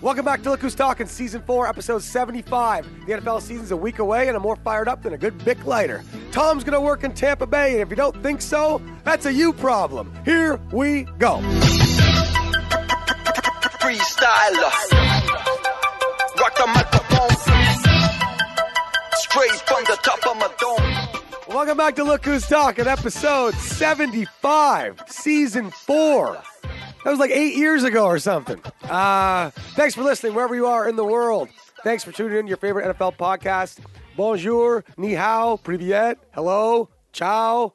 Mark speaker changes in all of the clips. Speaker 1: Welcome back to Look Who's Talking, Season 4, Episode 75. The NFL season's a week away, and I'm more fired up than a good Bic lighter. Tom's going to work in Tampa Bay, and if you don't think so, that's a you problem. Here we go.
Speaker 2: freestyler. Rock the microphone. Straight from the top of my dome.
Speaker 1: Welcome back to Look Who's Talking, Episode 75, Season 4. That was like eight years ago or something. Uh, thanks for listening wherever you are in the world. Thanks for tuning in to your favorite NFL podcast. Bonjour, ni hao, privyet, hello, ciao,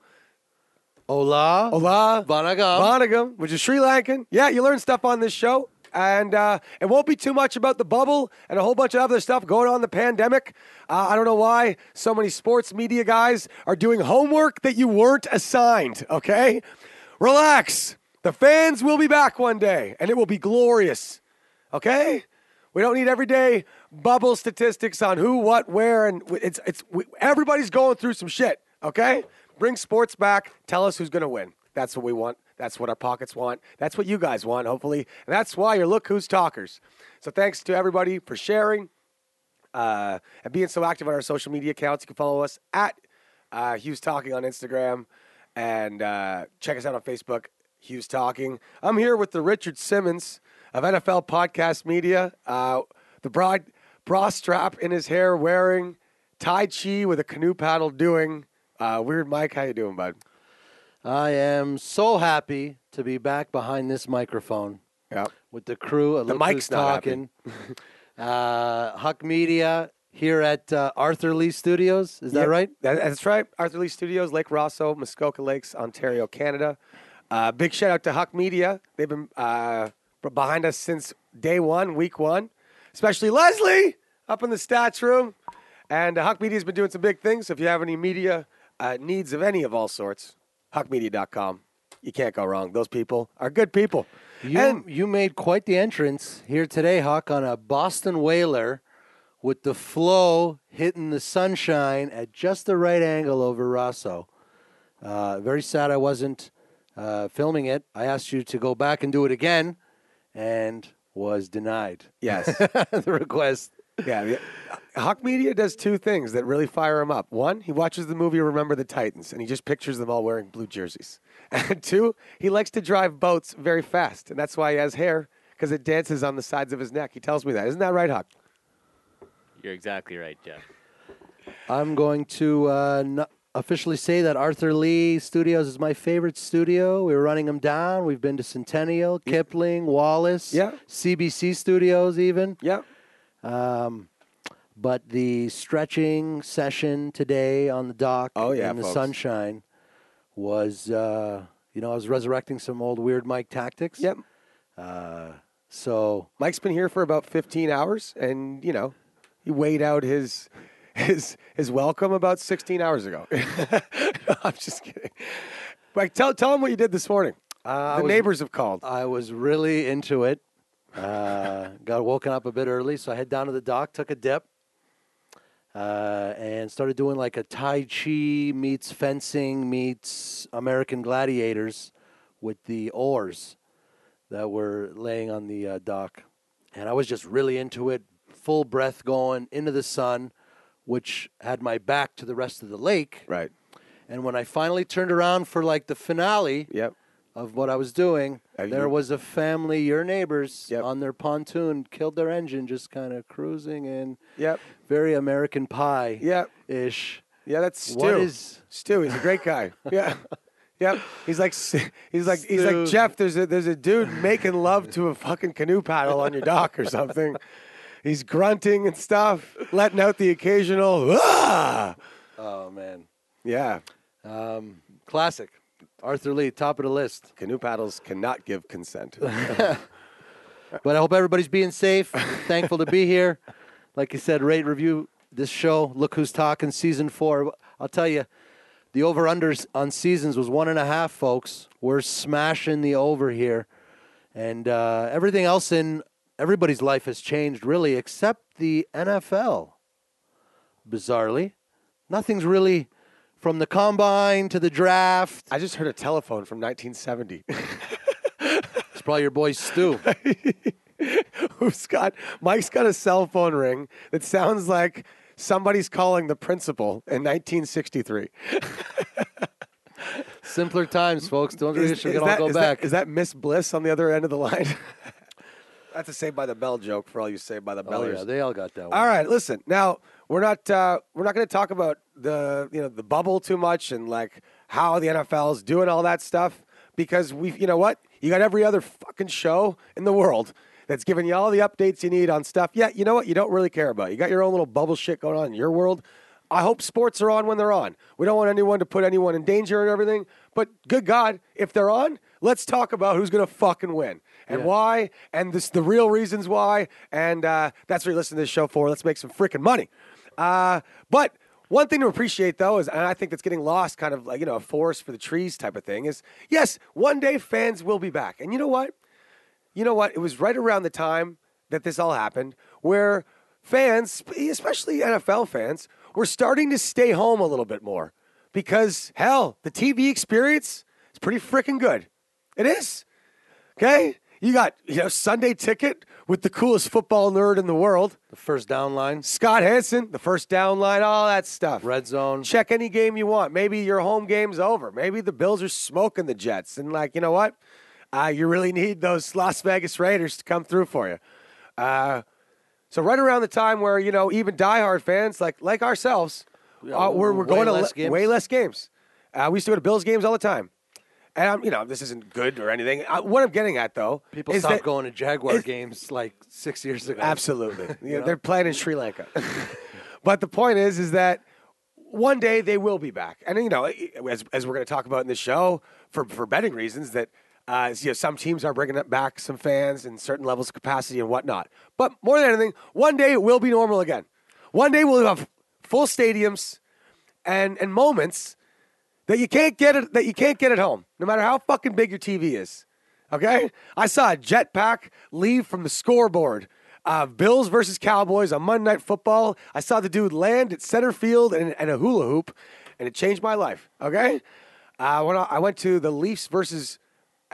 Speaker 3: Hola.
Speaker 1: hola,
Speaker 3: Vanakkam.
Speaker 1: Bonagam, which is Sri Lankan. Yeah, you learn stuff on this show. And uh, it won't be too much about the bubble and a whole bunch of other stuff going on in the pandemic. Uh, I don't know why so many sports media guys are doing homework that you weren't assigned, okay? Relax. The fans will be back one day, and it will be glorious, okay? We don't need everyday bubble statistics on who, what, where, and w- it's, it's, we, everybody's going through some shit, okay? Bring sports back. Tell us who's going to win. That's what we want. That's what our pockets want. That's what you guys want, hopefully. And that's why you're Look Who's Talkers. So thanks to everybody for sharing uh, and being so active on our social media accounts. You can follow us at uh, Hughes Talking on Instagram and uh, check us out on Facebook, Hughes Talking. I'm here with the Richard Simmons of NFL Podcast Media, uh, the broad bra strap in his hair, wearing Tai Chi with a canoe paddle, doing uh, weird. Mike, how you doing, bud?
Speaker 3: I am so happy to be back behind this microphone
Speaker 1: Yeah.
Speaker 3: with the crew. At
Speaker 1: The
Speaker 3: Look
Speaker 1: mic's
Speaker 3: Who's
Speaker 1: not
Speaker 3: talking. uh, Huck Media here at uh, Arthur Lee Studios. Is that
Speaker 1: Yeah,
Speaker 3: right?
Speaker 1: that- that's right. Arthur Lee Studios, Lake Rosso, Muskoka Lakes, Ontario, Canada. Uh, big shout out to Huck Media. They've been uh, b- behind us since day one, week one. Especially Leslie up in the stats room. And uh, Huck Media has been doing some big things. So if you have any media uh, needs of any of all sorts, huckmedia.com. You can't go wrong. Those people are good people.
Speaker 3: You
Speaker 1: and
Speaker 3: you made quite the entrance here today, Huck, on a Boston Whaler with the flow hitting the sunshine at just the right angle over Rosso. Uh, very sad I wasn't uh, filming it. I asked you to go back and do it again, and was denied
Speaker 1: yes.
Speaker 3: the request.
Speaker 1: Yeah, the- Hawk Media does two things that really fire him up. One, he watches the movie Remember the Titans, and he just pictures them all wearing blue jerseys. And two, he likes to drive boats very fast, and that's why he has hair because it dances on the sides of his neck. He tells me that. Isn't that right, Hawk?
Speaker 4: You're exactly right, Jeff.
Speaker 3: I'm going to uh, n- officially say that Arthur Lee Studios is my favorite studio. We were running them down. We've been to Centennial, Kipling, Wallace,
Speaker 1: Yeah.
Speaker 3: CBC Studios, even.
Speaker 1: Yeah.
Speaker 3: Um, but the stretching session today on the dock
Speaker 1: Oh, yeah,
Speaker 3: in the
Speaker 1: folks.
Speaker 3: sunshine was, uh, you know, I was resurrecting some old weird Mike tactics.
Speaker 1: Yep.
Speaker 3: Uh, so
Speaker 1: Mike's been here for about 15 hours, and, you know, he weighed out his. His his welcome about 16 hours ago. I'm just kidding. Mike, tell tell him what you did this morning.
Speaker 3: uh, I
Speaker 1: The
Speaker 3: was-
Speaker 1: neighbors have called.
Speaker 3: I was really into it. Uh, got woken up a bit early, so I head down to the dock, took a dip, uh, and started doing like a Tai Chi meets fencing meets American gladiators with the oars that were laying on the uh, dock. And I was just really into it, full breath going into the sun, which had my back to the rest of the lake.
Speaker 1: Right.
Speaker 3: And when I finally turned around for like the finale,
Speaker 1: Yep.
Speaker 3: of what I was doing,
Speaker 1: Have
Speaker 3: there
Speaker 1: you-
Speaker 3: was a family, your neighbors,
Speaker 1: Yep.
Speaker 3: on their pontoon, killed their engine, just kind of cruising in.
Speaker 1: Yep.
Speaker 3: Very American Pie
Speaker 1: Yep.
Speaker 3: ish.
Speaker 1: Yeah, that's Stu.
Speaker 3: What is-
Speaker 1: Stu? He's a great guy. yeah, yep. He's like s- he's like he's like
Speaker 3: Stu.
Speaker 1: Jeff. There's a there's a dude making love to a fucking canoe paddle on your dock or something. He's grunting and stuff, letting out the occasional. "Ah!"
Speaker 3: Oh, man.
Speaker 1: Yeah,
Speaker 3: Um, classic. Arthur Lee, top of the list.
Speaker 1: canoe paddles cannot give consent.
Speaker 3: But I hope everybody's being safe. Thankful to be here. Like you said, rate, review this show. Look who's talking, season four. I'll tell you, the over unders on seasons was one and a half, folks. We're smashing the over here. And uh, everything else in everybody's life has changed, really, except the NFL. Bizarrely, nothing's really from the combine to the draft.
Speaker 1: I just heard a telephone from 1970.
Speaker 3: It's probably your boy Stu.
Speaker 1: who's got Mike's got a cell phone ring that sounds like somebody's calling the principal in 1963.
Speaker 3: Simpler times, folks. Don't
Speaker 1: Is-
Speaker 3: really should
Speaker 1: is
Speaker 3: we can all
Speaker 1: that-
Speaker 3: go
Speaker 1: is
Speaker 3: back.
Speaker 1: That, is that Miss Bliss on the other end of the line? That's a Saved by the Bell joke for all you Saved by the
Speaker 3: oh,
Speaker 1: Bellers.
Speaker 3: yeah, they all got that one.
Speaker 1: all right, listen. Now we're not uh, we're not going to talk about the you know the bubble too much and like how the NFL's doing all that stuff because we you know what you got every other fucking show in the world that's giving you all the updates you need on stuff. Yeah, you know what you don't really care about. You got your own little bubble shit going on in your world. I hope sports are on when they're on. We don't want anyone to put anyone in danger and everything. But good God, if they're on, let's talk about who's going to fucking win and why, and this the real reasons why. And uh, that's what you listen to this show for. Let's make some freaking money. Uh, but one thing to appreciate though is, and I think that's getting lost, kind of like you know, a forest for the trees type of thing. Is yes, one day fans will be back, and you know what? you know what? It was right around the time that this all happened where fans, especially NFL fans, were starting to stay home a little bit more because, hell, the TV experience is pretty freaking good. It is. Okay? You got, you know, Sunday ticket with the coolest football nerd in the world,
Speaker 3: The first down line,
Speaker 1: Scott Hansen, the first down line, all that stuff.
Speaker 3: red zone.
Speaker 1: Check any game you want. Maybe your home game's over. Maybe the Bills are smoking the Jets. And, like, you know what? Uh, you really need those Las Vegas Raiders to come through for you. Uh, so, right around the time where, you know, even diehard fans like, like ourselves, uh, we're, we're
Speaker 3: way
Speaker 1: going to
Speaker 3: less
Speaker 1: le-
Speaker 3: games.
Speaker 1: way less games. Uh, we used to go to Bills games all the time. And, I'm, you know, this isn't good or anything. Uh what I'm getting at, though,
Speaker 3: People
Speaker 1: is
Speaker 3: stopped
Speaker 1: that-
Speaker 3: going to Jaguar
Speaker 1: is-
Speaker 3: games like six years ago.
Speaker 1: Absolutely. Yeah, They're playing in Sri Lanka. but the point is, is that one day they will be back. And, you know, as, as we're going to talk about in the show, for, for betting reasons, that uh, you know, some teams are bringing back some fans in certain levels of capacity and whatnot. But more than anything, one day it will be normal again. One day we'll have full stadiums and, and moments that you can't get it that you can't get at home, no matter how fucking big your TV is. Okay, I saw a jetpack leave from the scoreboard. Uh, Bills versus Cowboys on Monday Night Football. I saw the dude land at center field and, and a hula hoop, and it changed my life. Okay, uh, when I, I went to the Leafs versus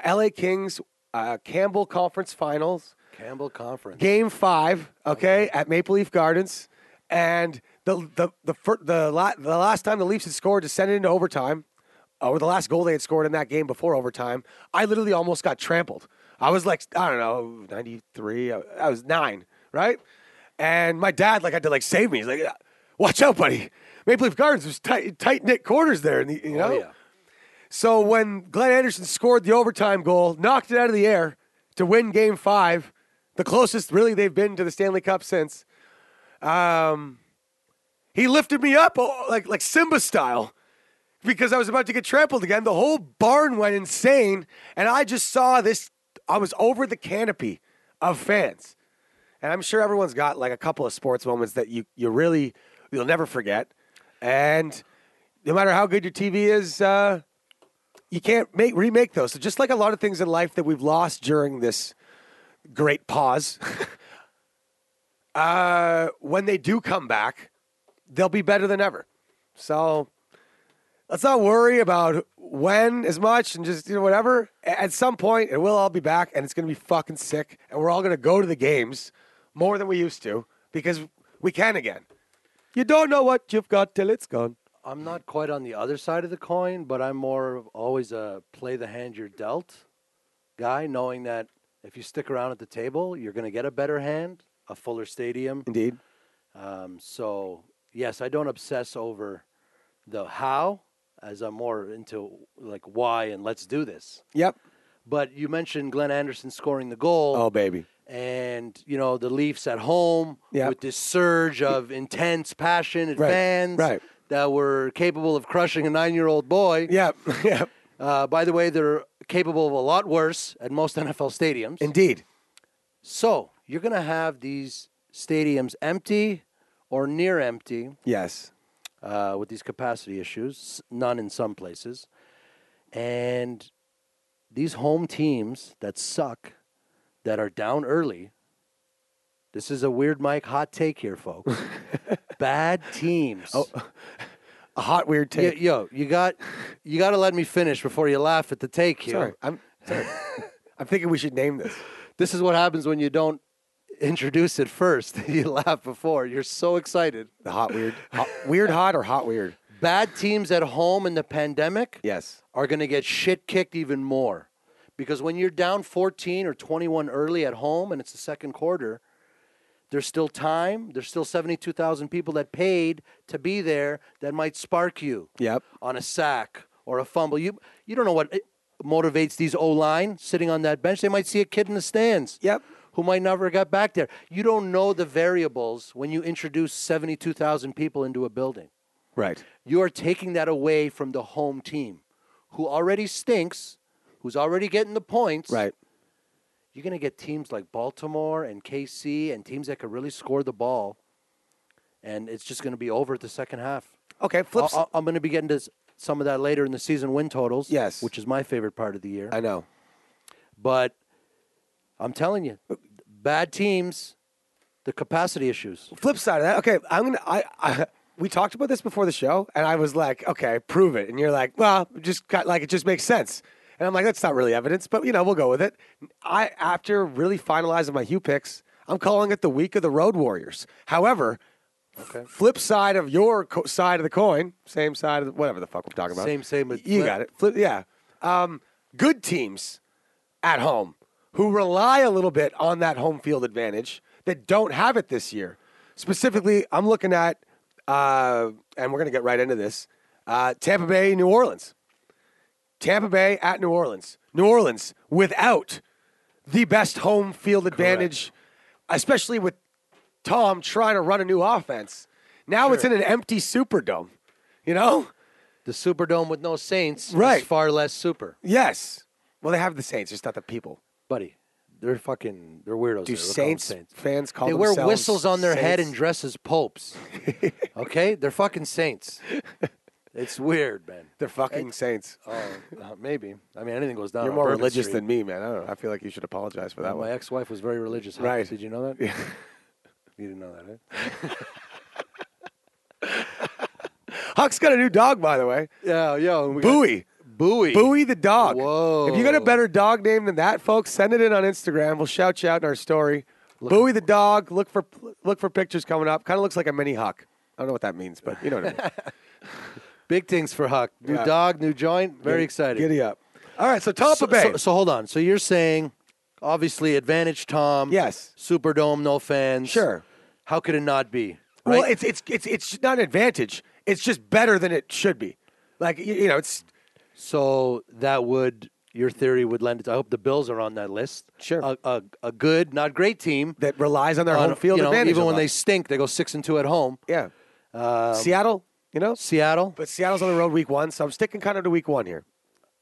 Speaker 1: L.A. Kings uh, Campbell Conference Finals.
Speaker 3: Campbell Conference.
Speaker 1: Game five, okay, at Maple Leaf Gardens, and the the the fir- the, la- the last time the Leafs had scored to send it into overtime, or the last goal they had scored in that game before overtime, I literally almost got trampled. I was like, I don't know, ninety three. I, I was nine, right? And my dad like had to like save me. He's like, "Watch out, buddy! Maple Leaf Gardens was tight tight knit quarters there." And the, you know,
Speaker 3: Oh, yeah.
Speaker 1: so when Glenn Anderson scored the overtime goal, knocked it out of the air to win Game Five, the closest really they've been to the Stanley Cup since. Um, he lifted me up oh, like like Simba style because I was about to get trampled again. The whole barn went insane, and I just saw this. I was over the canopy of fans, and I'm sure everyone's got like a couple of sports moments that you you really you'll never forget, and. No matter how good your TV is, uh, you can't make remake those. So just like a lot of things in life that we've lost during this great pause, uh, when they do come back, they'll be better than ever. So let's not worry about when as much and just you know whatever. A- At some point, it will all be back, and it's going to be fucking sick, and we're all going to go to the games more than we used to because we can again. You don't know what you've got till it's gone.
Speaker 3: I'm not quite on the other side of the coin, but I'm more of always a play the hand you're dealt guy, knowing that if you stick around at the table, you're going to get a better hand, a fuller stadium.
Speaker 1: Indeed.
Speaker 3: Um, so yes, I don't obsess over the how, as I'm more into like why and let's do this.
Speaker 1: Yep.
Speaker 3: But you mentioned Glenn Anderson scoring the goal,
Speaker 1: Oh baby.
Speaker 3: and you know the Leafs at home
Speaker 1: Yep.
Speaker 3: with this surge of intense passion and
Speaker 1: Right,
Speaker 3: fans
Speaker 1: right.
Speaker 3: that were capable of crushing a nine-year-old boy.
Speaker 1: Yep. Yep.
Speaker 3: Uh, by the way, they're capable of a lot worse at most NFL stadiums.
Speaker 1: Indeed.
Speaker 3: so you're going to have these stadiums empty or near empty.
Speaker 1: Yes.
Speaker 3: uh, with these capacity issues, s- none in some places. And these home teams that suck, that are down early, this is a weird Mike hot take here, folks. Bad teams. Oh,
Speaker 1: A hot weird
Speaker 3: yo,
Speaker 1: take.
Speaker 3: you got you got to let me finish before you laugh at the take here.
Speaker 1: Sorry, I'm sorry. I'm thinking we should name this.
Speaker 3: This is what happens when you don't introduce it first. you laugh before. You're so excited.
Speaker 1: The hot weird, hot, weird hot or hot weird?
Speaker 3: Bad teams at home in the pandemic
Speaker 1: Yes.
Speaker 3: are going to get shit kicked even more. Because when you're down 14 or 21 early at home and it's the second quarter, there's still time. There's still 72,000 people that paid to be there that might spark you
Speaker 1: Yep.
Speaker 3: on a sack or a fumble. You, you don't know what eh, motivates these O line sitting on that bench. They might see a kid in the stands
Speaker 1: Yep.
Speaker 3: who might never got back there. You don't know the variables when you introduce 72,000 people into a building
Speaker 1: Right.
Speaker 3: you are taking that away from the home team who already stinks, who's already getting the points.
Speaker 1: Right.
Speaker 3: You're going to get teams like Baltimore and KC and teams that could really score the ball. And it's just going to be over at the second half.
Speaker 1: Okay.
Speaker 3: I-
Speaker 1: Flips.
Speaker 3: I- I'm going to be getting to s- some of that later in the season win totals.
Speaker 1: Yes.
Speaker 3: Which is my favorite part of the year.
Speaker 1: I know.
Speaker 3: but I'm telling you, bad teams, the capacity issues.
Speaker 1: flip side of that, okay, I'm gonna. I, I we talked about this before the show, and I was like, okay, prove it, and you're like, well, just got like it just makes sense, and I'm like, that's not really evidence, but you know, we'll go with it. I after really finalizing my Hugh picks, I'm calling it the week of the Road Warriors. However. Flip side of your co- side of the coin, same side of the, whatever the fuck we're talking about.
Speaker 3: Same, same with
Speaker 1: you
Speaker 3: flip.
Speaker 1: got it. Flip, yeah. Um, good teams at home who rely a little bit on that home field advantage that don't have it this year. Specifically, I'm looking at, uh, and we're going to get right into this uh, Tampa Bay, New Orleans. Tampa Bay at New Orleans. New Orleans without the best home field advantage, especially with Tom trying to run a new offense. Now it's in an empty Superdome, you know?
Speaker 3: The Superdome with no Saints
Speaker 1: Right.
Speaker 3: is far less super.
Speaker 1: Yes. Well, they have the Saints, just not the people.
Speaker 3: buddy. They're fucking. They're weirdos.
Speaker 1: Do
Speaker 3: there. We'll call them
Speaker 1: Saints, fans call
Speaker 3: They wear
Speaker 1: themselves
Speaker 3: whistles on their head
Speaker 1: Saints?
Speaker 3: and dress as popes. okay, they're fucking saints. It's weird, man.
Speaker 1: They're fucking Saints.
Speaker 3: Oh, uh, maybe. I mean, anything goes down.
Speaker 1: You're
Speaker 3: on
Speaker 1: more
Speaker 3: Bourbon
Speaker 1: Uh, religious
Speaker 3: Street.
Speaker 1: than me, man. I don't know. I feel like you should apologize for that
Speaker 3: my
Speaker 1: one.
Speaker 3: ex-wife was very religious. huh?
Speaker 1: Right.
Speaker 3: Did you know that? You didn't know that, eh? right?
Speaker 1: Huck's got a new dog, by the way.
Speaker 3: Yeah, yeah. and we got-
Speaker 1: Bowie.
Speaker 3: Bowie.
Speaker 1: Bowie the dog.
Speaker 3: Whoa.
Speaker 1: If you got a better dog name than that, folks, send it in on Instagram. We'll shout you out in our story. Bowie the dog. Look for look for pictures coming up. Kind of looks like a mini Huck. I don't know what that means, but you know what I mean.
Speaker 3: Big things for Huck. New
Speaker 1: Yeah.
Speaker 3: dog, new joint. Very excited.
Speaker 1: Giddy up. All right, so Tampa
Speaker 3: so,
Speaker 1: Bay.
Speaker 3: so- so hold on. So you're saying, obviously, advantage Tom.
Speaker 1: Yes.
Speaker 3: Superdome, no fans.
Speaker 1: Sure.
Speaker 3: How could it not be?
Speaker 1: Well,
Speaker 3: right?
Speaker 1: it's it's it's it's not an advantage. It's just better than it should be. Like you, you know, it's
Speaker 3: So that would your theory would lend. I hope the Bills are on that list.
Speaker 1: Sure.
Speaker 3: a, a, a good, not great team.
Speaker 1: that relies on their
Speaker 3: on,
Speaker 1: home field
Speaker 3: you know,
Speaker 1: advantage.
Speaker 3: even
Speaker 1: a
Speaker 3: when
Speaker 1: lot.
Speaker 3: they stink, they go six and two at home.
Speaker 1: Yeah. um, Seattle, you know?
Speaker 3: Seattle.
Speaker 1: But Seattle's on the road week one, so I'm sticking kind of to week one here.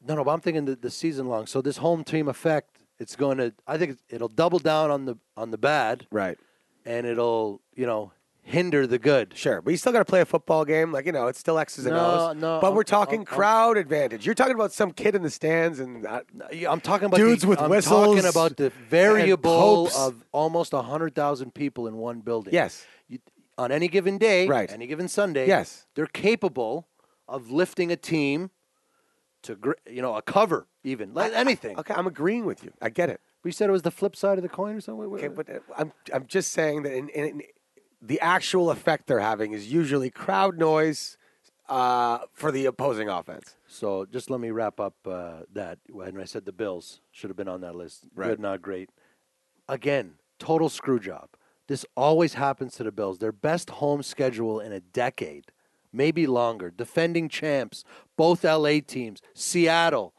Speaker 3: No, no, but I'm thinking the, the season long. So this home team effect, it's going to. I think it'll double down on the on the bad,
Speaker 1: Right.
Speaker 3: and it'll you know hinder the good.
Speaker 1: Sure. But you still got to play a football game. Like, you know, it's still X's and
Speaker 3: No,
Speaker 1: O's.
Speaker 3: no,
Speaker 1: But
Speaker 3: I'm-
Speaker 1: we're talking
Speaker 3: I'm- I'm-
Speaker 1: crowd advantage. You're talking about some kid in the stands and. Uh,
Speaker 3: Yeah, I'm talking about
Speaker 1: Dudes
Speaker 3: the,
Speaker 1: with
Speaker 3: I'm
Speaker 1: whistles
Speaker 3: talking about the
Speaker 1: and
Speaker 3: variable
Speaker 1: popes.
Speaker 3: of almost hundred thousand people in one building.
Speaker 1: Yes.
Speaker 3: You- on any given day,
Speaker 1: Right.
Speaker 3: Any given Sunday,
Speaker 1: Yes.
Speaker 3: They're capable of lifting a team to gr- you know a cover even like anything.
Speaker 1: okay, I'm agreeing with you. I get it.
Speaker 3: We said it was the flip side of the coin or something.
Speaker 1: Okay, but uh, I'm, I'm just saying that in, in, in- the actual effect they're having is usually crowd noise uh, for the opposing offense.
Speaker 3: So just let me wrap up uh, that. When I said the Bills should have been on that list,
Speaker 1: Right.
Speaker 3: good, not great. Again, total screw job. This always happens to the Bills. Their best home schedule in a decade, maybe longer. Defending champs, both LA teams, Seattle,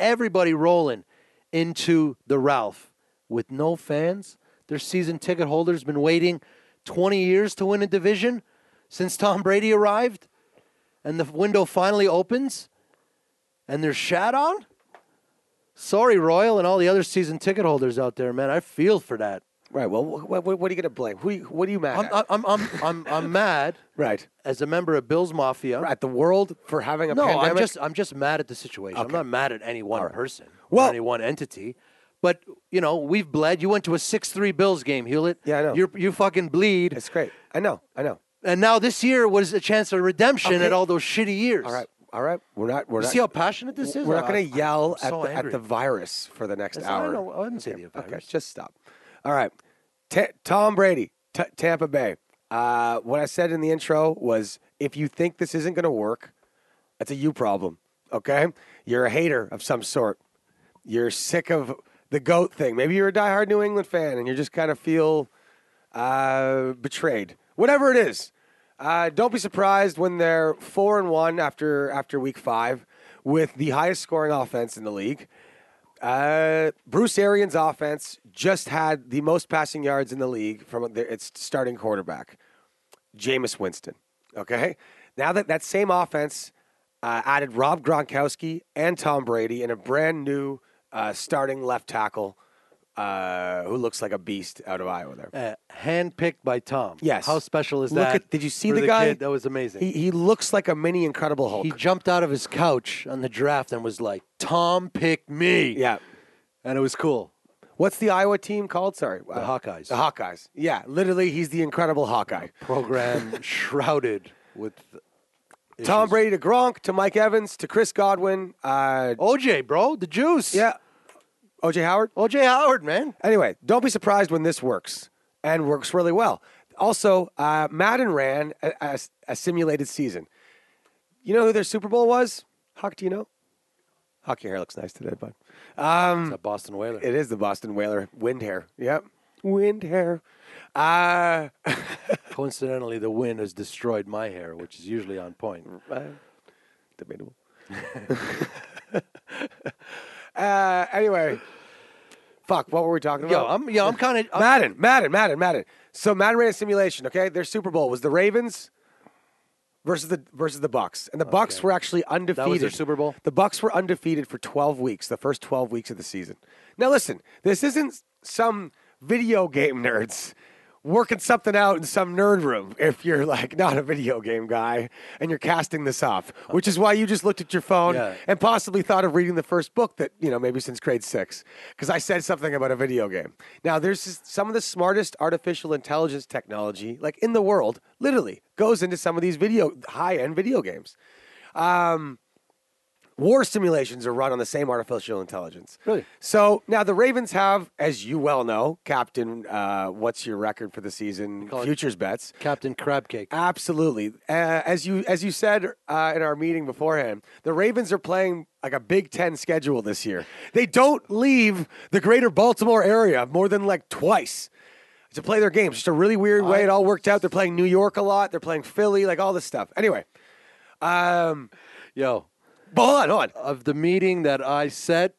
Speaker 3: everybody rolling into the Ralph with no fans. Their season ticket holders been waiting 20 years to win a division since Tom Brady arrived and the window finally opens and there's shat on? Sorry, Royal, and all the other season ticket holders out there, man. I feel for that.
Speaker 1: Right. Well, what, what, what are you going to blame? Who, you- what are you mad
Speaker 3: I'm,
Speaker 1: at?
Speaker 3: I'm, I'm, I'm, I'm mad
Speaker 1: right.
Speaker 3: as a member of Bill's Mafia.
Speaker 1: At the world for having a
Speaker 3: No,
Speaker 1: pandemic?
Speaker 3: I'm just, I'm just mad at the situation. I'm
Speaker 1: Okay.
Speaker 3: not mad at any one
Speaker 1: All right.
Speaker 3: person
Speaker 1: Well-
Speaker 3: or any one entity. But you know, we've bled. You went to a six-three Bills game, Hewlett.
Speaker 1: Yeah, I know.
Speaker 3: You you fucking bleed,
Speaker 1: It's great. I know. I know.
Speaker 3: and now this year was a chance of redemption
Speaker 1: Okay.
Speaker 3: at all those shitty years.
Speaker 1: All right. All right, we're not. We're
Speaker 3: You
Speaker 1: not.
Speaker 3: see how passionate this is? Oh,
Speaker 1: we're not
Speaker 3: I-
Speaker 1: going
Speaker 3: I'm
Speaker 1: to yell at,
Speaker 3: so
Speaker 1: the, at
Speaker 3: angry.
Speaker 1: the virus for the next
Speaker 3: That's- I
Speaker 1: hour.
Speaker 3: know- I didn't say the
Speaker 1: Okay,
Speaker 3: virus.
Speaker 1: just stop. All right, Ta- Tom Brady, T- Tampa Bay. Uh, what I said in the intro was, if you think this isn't going to work, that's a you problem. Okay, you're a hater of some sort. You're sick of the goat thing. Maybe you're a diehard New England fan, and you just kind of feel uh, betrayed. Whatever it is, uh, don't be surprised when they're four and one after after week five, with the highest scoring offense in the league. Uh, Bruce Arians' offense just had the most passing yards in the league from their, its starting quarterback, Jameis Winston. Okay, now that that same offense uh, added Rob Gronkowski and Tom Brady and a brand new uh, starting left tackle uh, who looks like a beast out of Iowa. There,
Speaker 3: uh, handpicked by Tom.
Speaker 1: Yes.
Speaker 3: How special is
Speaker 1: Look
Speaker 3: that?
Speaker 1: at- did you see
Speaker 3: for
Speaker 1: the guy?
Speaker 3: kid? That was amazing.
Speaker 1: he, he looks like a mini Incredible Hulk.
Speaker 3: He jumped out of his couch on the draft and was like, "Tom picked me."
Speaker 1: yeah.
Speaker 3: and it was cool.
Speaker 1: What's the Iowa team called? Sorry, Uh,
Speaker 3: The Hawkeyes
Speaker 1: The Hawkeyes. Yeah, literally, he's the Incredible Hawkeye.
Speaker 3: program shrouded with
Speaker 1: Tom
Speaker 3: issues.
Speaker 1: Brady to Gronk to Mike Evans to Chris Godwin. Uh,
Speaker 3: OJ, bro, the juice.
Speaker 1: yeah, OJ Howard.
Speaker 3: OJ Howard, man.
Speaker 1: Anyway, don't be surprised when this works and works really well. Also, uh, Madden ran a, a- a simulated season. You know who their Super Bowl was? Huck, do you know? Huck, your hair looks nice today, bud.
Speaker 3: It's a Boston Whaler.
Speaker 1: It is the Boston Whaler. Wind hair. Yep. Wind hair. Uh,
Speaker 3: Coincidentally, the wind has destroyed my hair, which is usually on point.
Speaker 1: debatable. uh, anyway, fuck, what were we talking
Speaker 3: Yo,
Speaker 1: about?
Speaker 3: I'm yo, I'm kind of
Speaker 1: Madden, Madden, Madden, Madden. So Madden ran a simulation. Okay, their Super Bowl was the Ravens versus the versus the Bucks, and the Bucks
Speaker 3: Okay.
Speaker 1: were actually undefeated.
Speaker 3: Super Bowl?
Speaker 1: The Bucks were undefeated for twelve weeks, the first twelve weeks of the season. Now listen, this isn't some video game nerds working something out in some nerd room. If you're like not a video game guy and you're casting this off, which is why you just looked at your phone
Speaker 3: Yeah.
Speaker 1: and possibly thought of reading the first book that you know maybe since grade six because I said something about a video game. Now there's just some of the smartest artificial intelligence technology like in the world, literally goes into some of these video high end video games. Um, war simulations are run on the same artificial intelligence.
Speaker 3: Really?
Speaker 1: So now the Ravens have, as you well know, Captain. Uh, what's your record for the season?
Speaker 3: call it-
Speaker 1: Futures bets.
Speaker 3: Captain Crabcake.
Speaker 1: Absolutely. Uh, as you as you said uh, in our meeting beforehand, the Ravens are playing like a Big Ten schedule this year. They don't leave the greater Baltimore area more than like twice to play their games. Just a really weird way it all worked out. They're playing New York a lot. They're playing Philly, like all this stuff. Anyway, um,
Speaker 3: Yo,
Speaker 1: but hold on, hold on.
Speaker 3: of the meeting that I set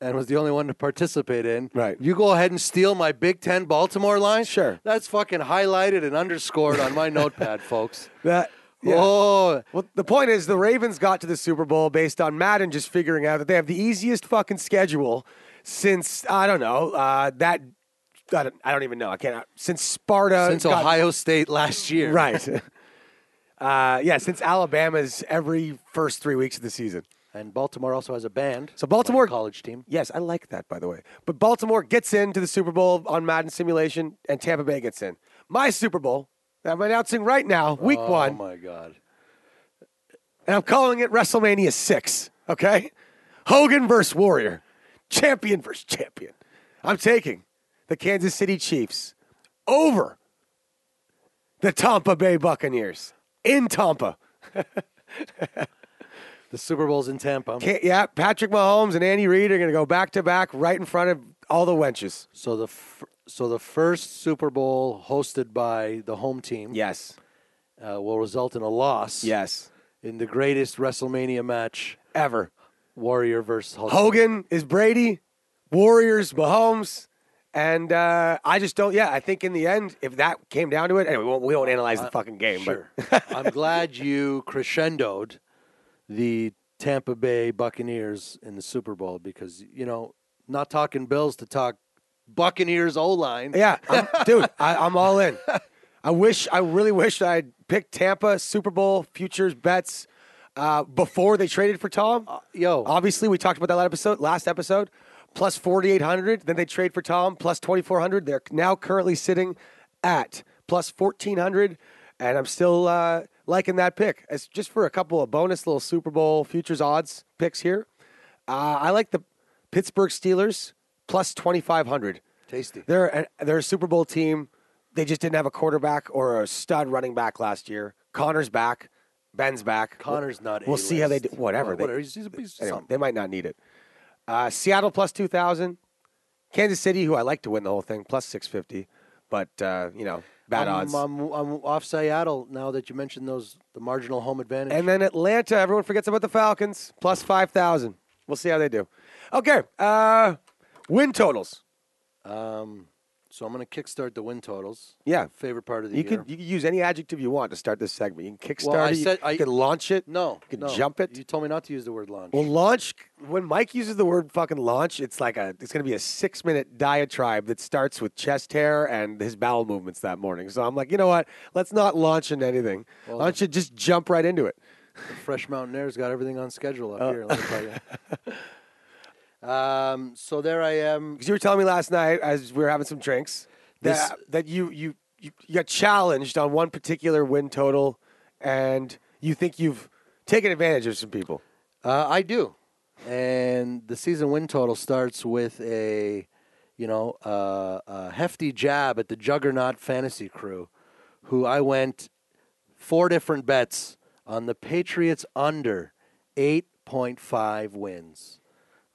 Speaker 3: and was the only one to participate in.
Speaker 1: Right.
Speaker 3: You go ahead and steal my Big Ten Baltimore line.
Speaker 1: Sure.
Speaker 3: That's fucking highlighted and underscored on my notepad, folks.
Speaker 1: That. yeah.
Speaker 3: Oh,
Speaker 1: Well, the point is, the Ravens got to the Super Bowl based on Madden just figuring out that they have the easiest fucking schedule since I don't know uh, that I don't, I don't even know I can't since Sparta
Speaker 3: since
Speaker 1: Uh, got-
Speaker 3: Ohio State last year.
Speaker 1: right? uh, yeah, since Alabama's every first three weeks of the season.
Speaker 3: And Baltimore also has a band.
Speaker 1: So Baltimore-
Speaker 3: like a college team.
Speaker 1: Yes, I like that by the way. But Baltimore gets into the Super Bowl on Madden simulation, and Tampa Bay gets in. My Super Bowl that I'm announcing right now, Week
Speaker 3: oh,
Speaker 1: One.
Speaker 3: my god.
Speaker 1: and I'm calling it WrestleMania 6, okay? Hogan versus Warrior, champion versus champion. I'm taking the Kansas City Chiefs over the Tampa Bay Buccaneers in Tampa.
Speaker 3: The Super Bowl's in Tampa.
Speaker 1: Can't, yeah, Patrick Mahomes and Andy Reid are going to go back to back right in front of all the wenches.
Speaker 3: So the f- so the first Super Bowl hosted by the home team
Speaker 1: Yes.
Speaker 3: uh, will result in a loss
Speaker 1: Yes.
Speaker 3: in the greatest WrestleMania match,
Speaker 1: Ever.
Speaker 3: Warrior versus Hulk.
Speaker 1: Hogan is Brady, Warriors, Mahomes. And uh, I just don't, yeah, I think in the end, if that came down to it, anyway, we won't, we won't analyze the fucking game. but-
Speaker 3: Sure. I'm glad you crescendoed the Tampa Bay Buccaneers in the Super Bowl because you know, not talking Bills to talk Buccaneers O line.
Speaker 1: Yeah, I'm, dude, I, I'm all in. I wish, I really wish I would picked Tampa Super Bowl futures bets uh, before they traded for Tom.
Speaker 3: Yo,
Speaker 1: Obviously, we talked about that last episode. Last episode, plus 4,800. Then they trade for Tom, plus 2,400. They're now currently sitting at plus 1,400, and I'm still uh, liking that pick. As just for a couple of bonus little Super Bowl futures odds picks here, uh, I like the Pittsburgh Steelers plus twenty five hundred.
Speaker 3: Tasty.
Speaker 1: They're a, they're a Super Bowl team. They just didn't have a quarterback or a stud running back last year. Connor's back. Ben's back.
Speaker 3: Connor's not.
Speaker 1: We'll see how they do.
Speaker 3: A-list.
Speaker 1: Whatever.
Speaker 3: Well,
Speaker 1: They-
Speaker 3: whatever. He's, he's a piece of
Speaker 1: anyway,
Speaker 3: something.
Speaker 1: they might not need it. Uh, Seattle plus 2,000. Kansas City, who I like to win the whole thing, plus 650. But, uh, you know, bad
Speaker 3: I'm,
Speaker 1: odds.
Speaker 3: I'm, I'm off Seattle now that you mentioned those the marginal home advantage.
Speaker 1: And then Atlanta, everyone forgets about the Falcons, plus 5,000. We'll see how they do. Okay. Uh, win totals.
Speaker 3: um, so I'm going to kickstart the win totals.
Speaker 1: Yeah.
Speaker 3: Favorite part of the
Speaker 1: You
Speaker 3: year.
Speaker 1: can, you can use any adjective you want to start this segment. You can kickstart
Speaker 3: Well, I
Speaker 1: it. You-
Speaker 3: said-
Speaker 1: you,
Speaker 3: I-
Speaker 1: can launch it.
Speaker 3: no,
Speaker 1: You can
Speaker 3: no.
Speaker 1: jump it.
Speaker 3: You told me not to use the word launch.
Speaker 1: Well, launch. When Mike uses the word "fucking launch," it's like a. It's gonna be a six-minute diatribe that starts with chest hair and his bowel movements that morning. So I'm like, you know what? Let's not launch into anything. Why don't you just jump right into it.
Speaker 3: Fresh Mountain Air's got everything on schedule
Speaker 1: Oh.
Speaker 3: up here. Let me tell you. um, so there I am.
Speaker 1: Because you were telling me last night as we were having some drinks that
Speaker 3: This-
Speaker 1: that you you you you got challenged on one particular win total, and you think you've taken advantage of some people.
Speaker 3: Uh, I do, and the season win total starts with a, you know, uh, a hefty jab at the Juggernaut Fantasy Crew, who I went four different bets on the Patriots under eight point five wins.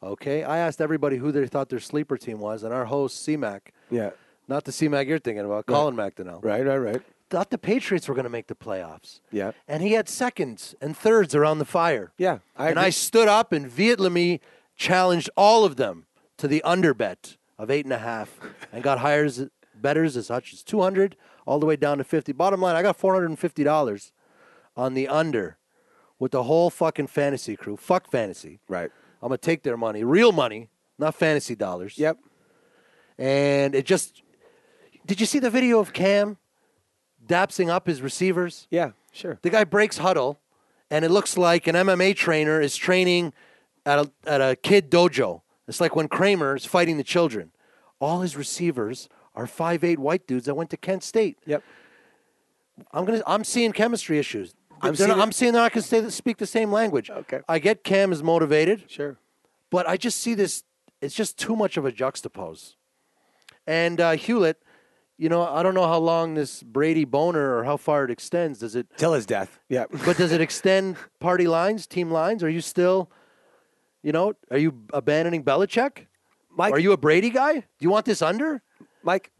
Speaker 3: Okay, I asked everybody who they thought their sleeper team was, and our host CMAC,
Speaker 1: Yeah.
Speaker 3: not the CMAC you're thinking about, Colin McDonnell,
Speaker 1: Right. Right. Right.
Speaker 3: thought the Patriots were going to make the playoffs.
Speaker 1: Yeah.
Speaker 3: And he had seconds and thirds around the fire.
Speaker 1: Yeah. I
Speaker 3: and
Speaker 1: agree.
Speaker 3: I stood up and vehemently challenged all of them to the under bet of eight and a half and got hires, betters as much as 200 all the way down to 50. Bottom line, I got $450 on the under with the whole fucking fantasy crew. Fuck fantasy.
Speaker 1: Right.
Speaker 3: I'm going to take their money, real money, not fantasy dollars
Speaker 1: Yep.
Speaker 3: and it just did you see the video of cam dapsing up his receivers
Speaker 1: Yeah. Sure.
Speaker 3: the guy breaks huddle and it looks like an mma trainer is training at a, at a kid dojo it's like when kramer is fighting the children all his receivers are five eight white dudes that went to kent state
Speaker 1: Yep.
Speaker 3: i'm gonna i'm seeing chemistry issues
Speaker 1: I'm
Speaker 3: i'm
Speaker 1: seeing
Speaker 3: seeing,
Speaker 1: it-
Speaker 3: I'm seeing that i can say, speak the same language
Speaker 1: Okay.
Speaker 3: i get cam is motivated
Speaker 1: Sure.
Speaker 3: but I just see this. It's just too much of a juxtapose. And uh, Hewlett, you know, I don't know how long this Brady boner or how far it extends. Does it?
Speaker 1: Till his death. Yeah.
Speaker 3: But does it extend party lines, team lines? Are you still, you know, are you abandoning Belichick?
Speaker 1: Mike,
Speaker 3: are you a Brady guy? Do you want this under?
Speaker 1: Mike,